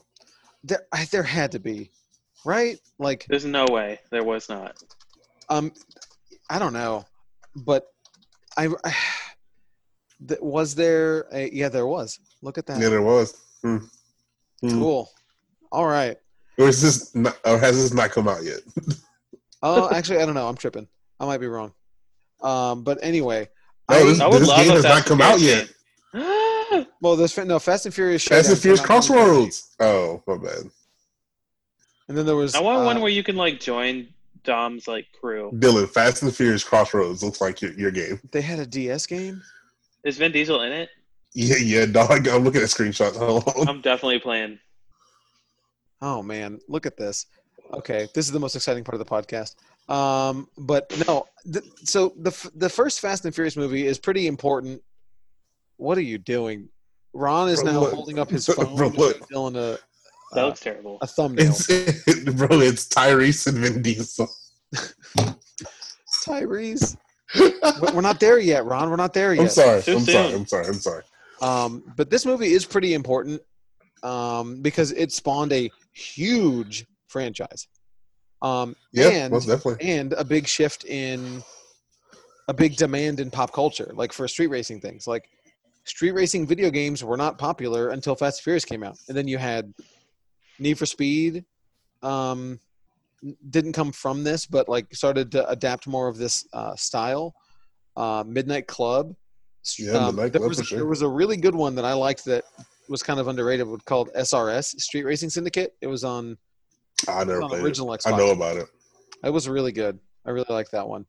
A: There, I, there had to be, right? Like
C: There's no way there was not.
A: um, I don't know, but I. I th- was there? A, yeah, there was. Look at that.
B: yeah, there was. Hmm. Hmm.
A: Cool. All right.
B: Or is this? Not, or has this not come out yet?
A: Oh, actually, I don't know. I'm tripping. I might be wrong. Um, but anyway,
B: No,
A: I,
B: this,
C: I would
B: this
C: love
B: game
C: a
B: has not
C: Fast and
B: come out
C: Furious
B: yet.
A: well, there's no Fast and Furious.
B: Fast and
A: Showdown
B: Furious
A: came out in 2020.
B: Crossroads. Oh, my bad.
A: And then there was.
C: I want
A: uh, Hmm.
C: one where you can like join Dom's like crew.
B: Dylan, Fast and Furious Crossroads looks like your, your game.
A: they had a DS game.
C: Is Vin Diesel in it?
B: Yeah, yeah, dog. I'm looking at screenshots. Hold on.
C: I'm definitely playing.
A: Oh man, look at this. Okay, this is the most exciting part of the podcast. Um, but no, th- so the f- the first Fast and Furious movie is pretty important. What are you doing? Ron is
B: Bro,
A: now
B: look.
A: holding up his
B: Bro,
A: phone,
B: look.
A: and Dylan a,
C: That
A: Uh,
C: looks terrible.
A: a thumbnail.
B: It's, bro, it's Tyrese and Vin Diesel.
A: Tyrese,
B: I'm
A: we're we're not there yet, Ron. We're not there yet.
B: sorry.
C: Too
B: I'm
C: soon.
B: sorry. I'm sorry. I'm sorry.
A: Um, but this movie is pretty important um, because it spawned a huge franchise um,
B: Yeah,
A: And-
B: most definitely.
A: and a big shift in a big demand in pop culture, like for street racing things. Like street racing video games were not popular until Fast and Furious came out, and then you had Need for Speed. Um, didn't come from this, but like started to adapt more of this uh, style. Uh, Midnight Club.
B: Yeah,
A: Um,
B: Midnight
A: there,
B: Club
A: was,
B: for sure.
A: there was a really good one that I liked that was kind of underrated. was called SRS Street Racing Syndicate. It was on,
B: Ah, I
A: it was
B: never
A: on
B: played it.
A: original Xbox.
B: I know about it.
A: It was really good. I really like that one.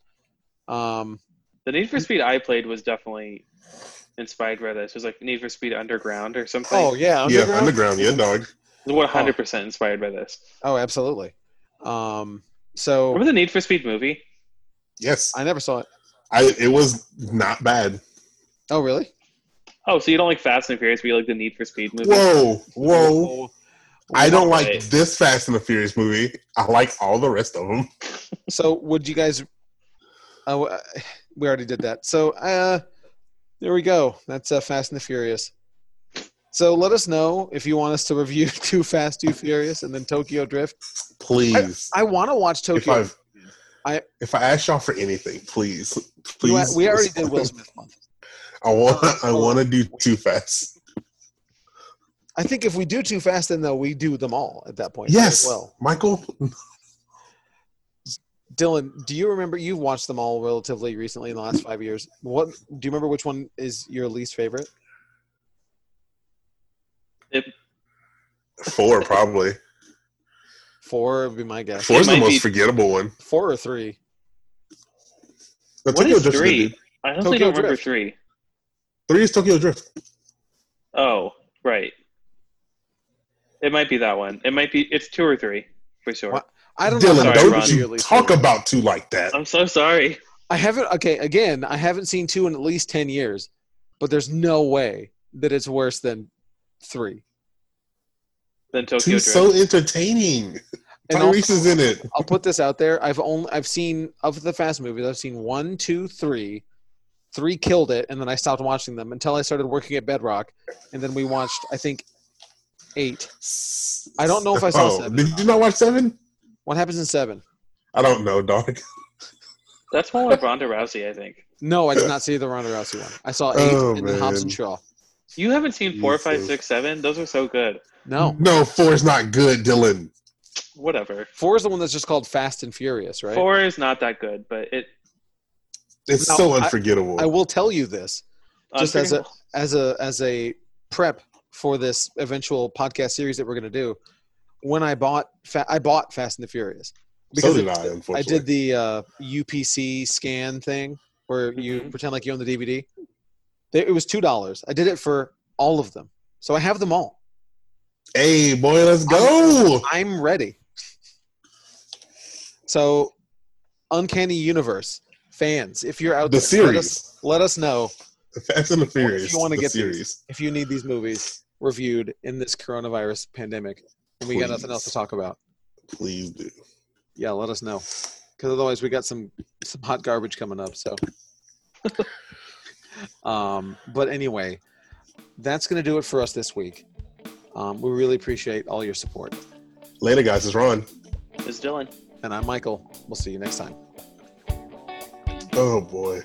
A: Um,
C: The Need for Speed I played was definitely inspired by this. It was like Need for Speed Underground or something.
A: oh yeah, underground.
B: Yeah, Underground. Yeah, dog.
C: It was 100% inspired by this.
A: Oh, absolutely. Um, so
C: Remember the Need for Speed movie?
B: Yes.
A: I never saw it.
B: I, it was not bad.
A: Oh, really?
C: Oh, so you don't like Fast and Furious, but you like the Need for Speed movie?
B: Whoa, whoa.
A: Whoa.
B: I don't
C: Wait.
B: like this Fast and the Furious movie. I like all the rest of them.
A: So, would you guys? Oh, uh, we already did that. So, uh, there we go. That's uh, Fast and the Furious. So, let us know if you want us to review Too Fast, Too Furious, and then Tokyo Drift.
B: Please.
A: I want to watch
B: if
A: Tokyo.
B: I
A: I-
B: if I ask y'all for anything, please,
A: We-
B: please.
A: we already did Will Smith Uh, one.
B: I want I want to do too fast.
A: I think if we do Too Fast, then though we do them all at that point.
B: Yes,
A: As well,
B: Michael.
A: Dylan, do you remember? You've watched them all relatively recently in the last five years. What do you remember? Which one is your least favorite?
B: Four probably.
A: Four would be my guess.
B: Four's the
C: might
B: most
C: be-
B: forgettable one.
A: Four or three.
B: The
C: What
B: Tokyo
C: is
B: Drift's good,
C: three?
B: dude.
C: I honestly
A: Tokyo
C: don't remember
A: Drift.
C: three.
B: Three is Tokyo Drift.
C: Oh, right. It might be that one. It might be. It's two or three for sure.
A: What? I don't know. how
B: Dylan,
A: to
C: Sorry,
B: don't
A: remember
C: Ron.
A: your
B: you
A: least
B: talk
A: favorite.
B: about two like that.
C: I'm so sorry.
A: I haven't. Okay, again, I haven't seen two in at least ten years, but there's no way that it's worse than three.
C: Then Tokyo
B: Two's
C: Drift.
B: so entertaining.
A: And
B: Tyrese
A: also,
B: is in it.
A: I'll put this out there. I've only I've seen of the Fast movies. I've seen one, two, three. Three killed it, and then I stopped watching them until I started working at Bedrock, and then we watched I think eight. I don't know if I saw seven or
B: Oh, Did you not watch seven?
A: What happens in seven?
B: I don't know, dog.
C: That's one with Ronda Rousey, I think.
A: No, I did not see the Ronda Rousey one. I saw eight
B: Oh,
A: and then Hobbs
B: man.
A: and Shaw.
C: You haven't seen four, five,
B: Jesus.
C: six, seven. Those are so good.
A: No,
B: no, four is not good, Dylan.
C: Whatever.
A: four is the one that's just called Fast and Furious, right?
C: Four is not that good, but it.
B: It's
A: No,
B: so
A: I-
B: unforgettable.
A: I will tell you this Just as a-
C: unforgettable.
A: as a as a prep for this eventual podcast series that we're going to do. When I bought fa- I bought Fast and the Furious
B: so
A: because it-
B: did I, unfortunately.
A: I did the uh, UPC scan thing where you
C: Mhm.
A: pretend like you own the DVD. They, it was two dollars. I did it for all of them, so I have them all.
B: Hey, boy, let's go.
A: I'm ready. So, Uncanny Universe fans, if you're out
B: the
A: there, let us,
B: series.
A: let us know
B: Fast and the Furious.
A: you wanna
B: the
A: get these?
B: series.
A: if you need these movies reviewed in this coronavirus pandemic. And we got nothing
B: Please.
A: else to talk about.
B: Please do.
A: Yeah, let us know. Because otherwise, we got some some hot garbage coming up. So, um, but anyway, that's gonna do it for us this week. Um, we really appreciate all your support,
B: Later, guys. It's Ron.
C: It's Dylan.
A: and I'm Michael. We'll see you next time.
B: Oh boy.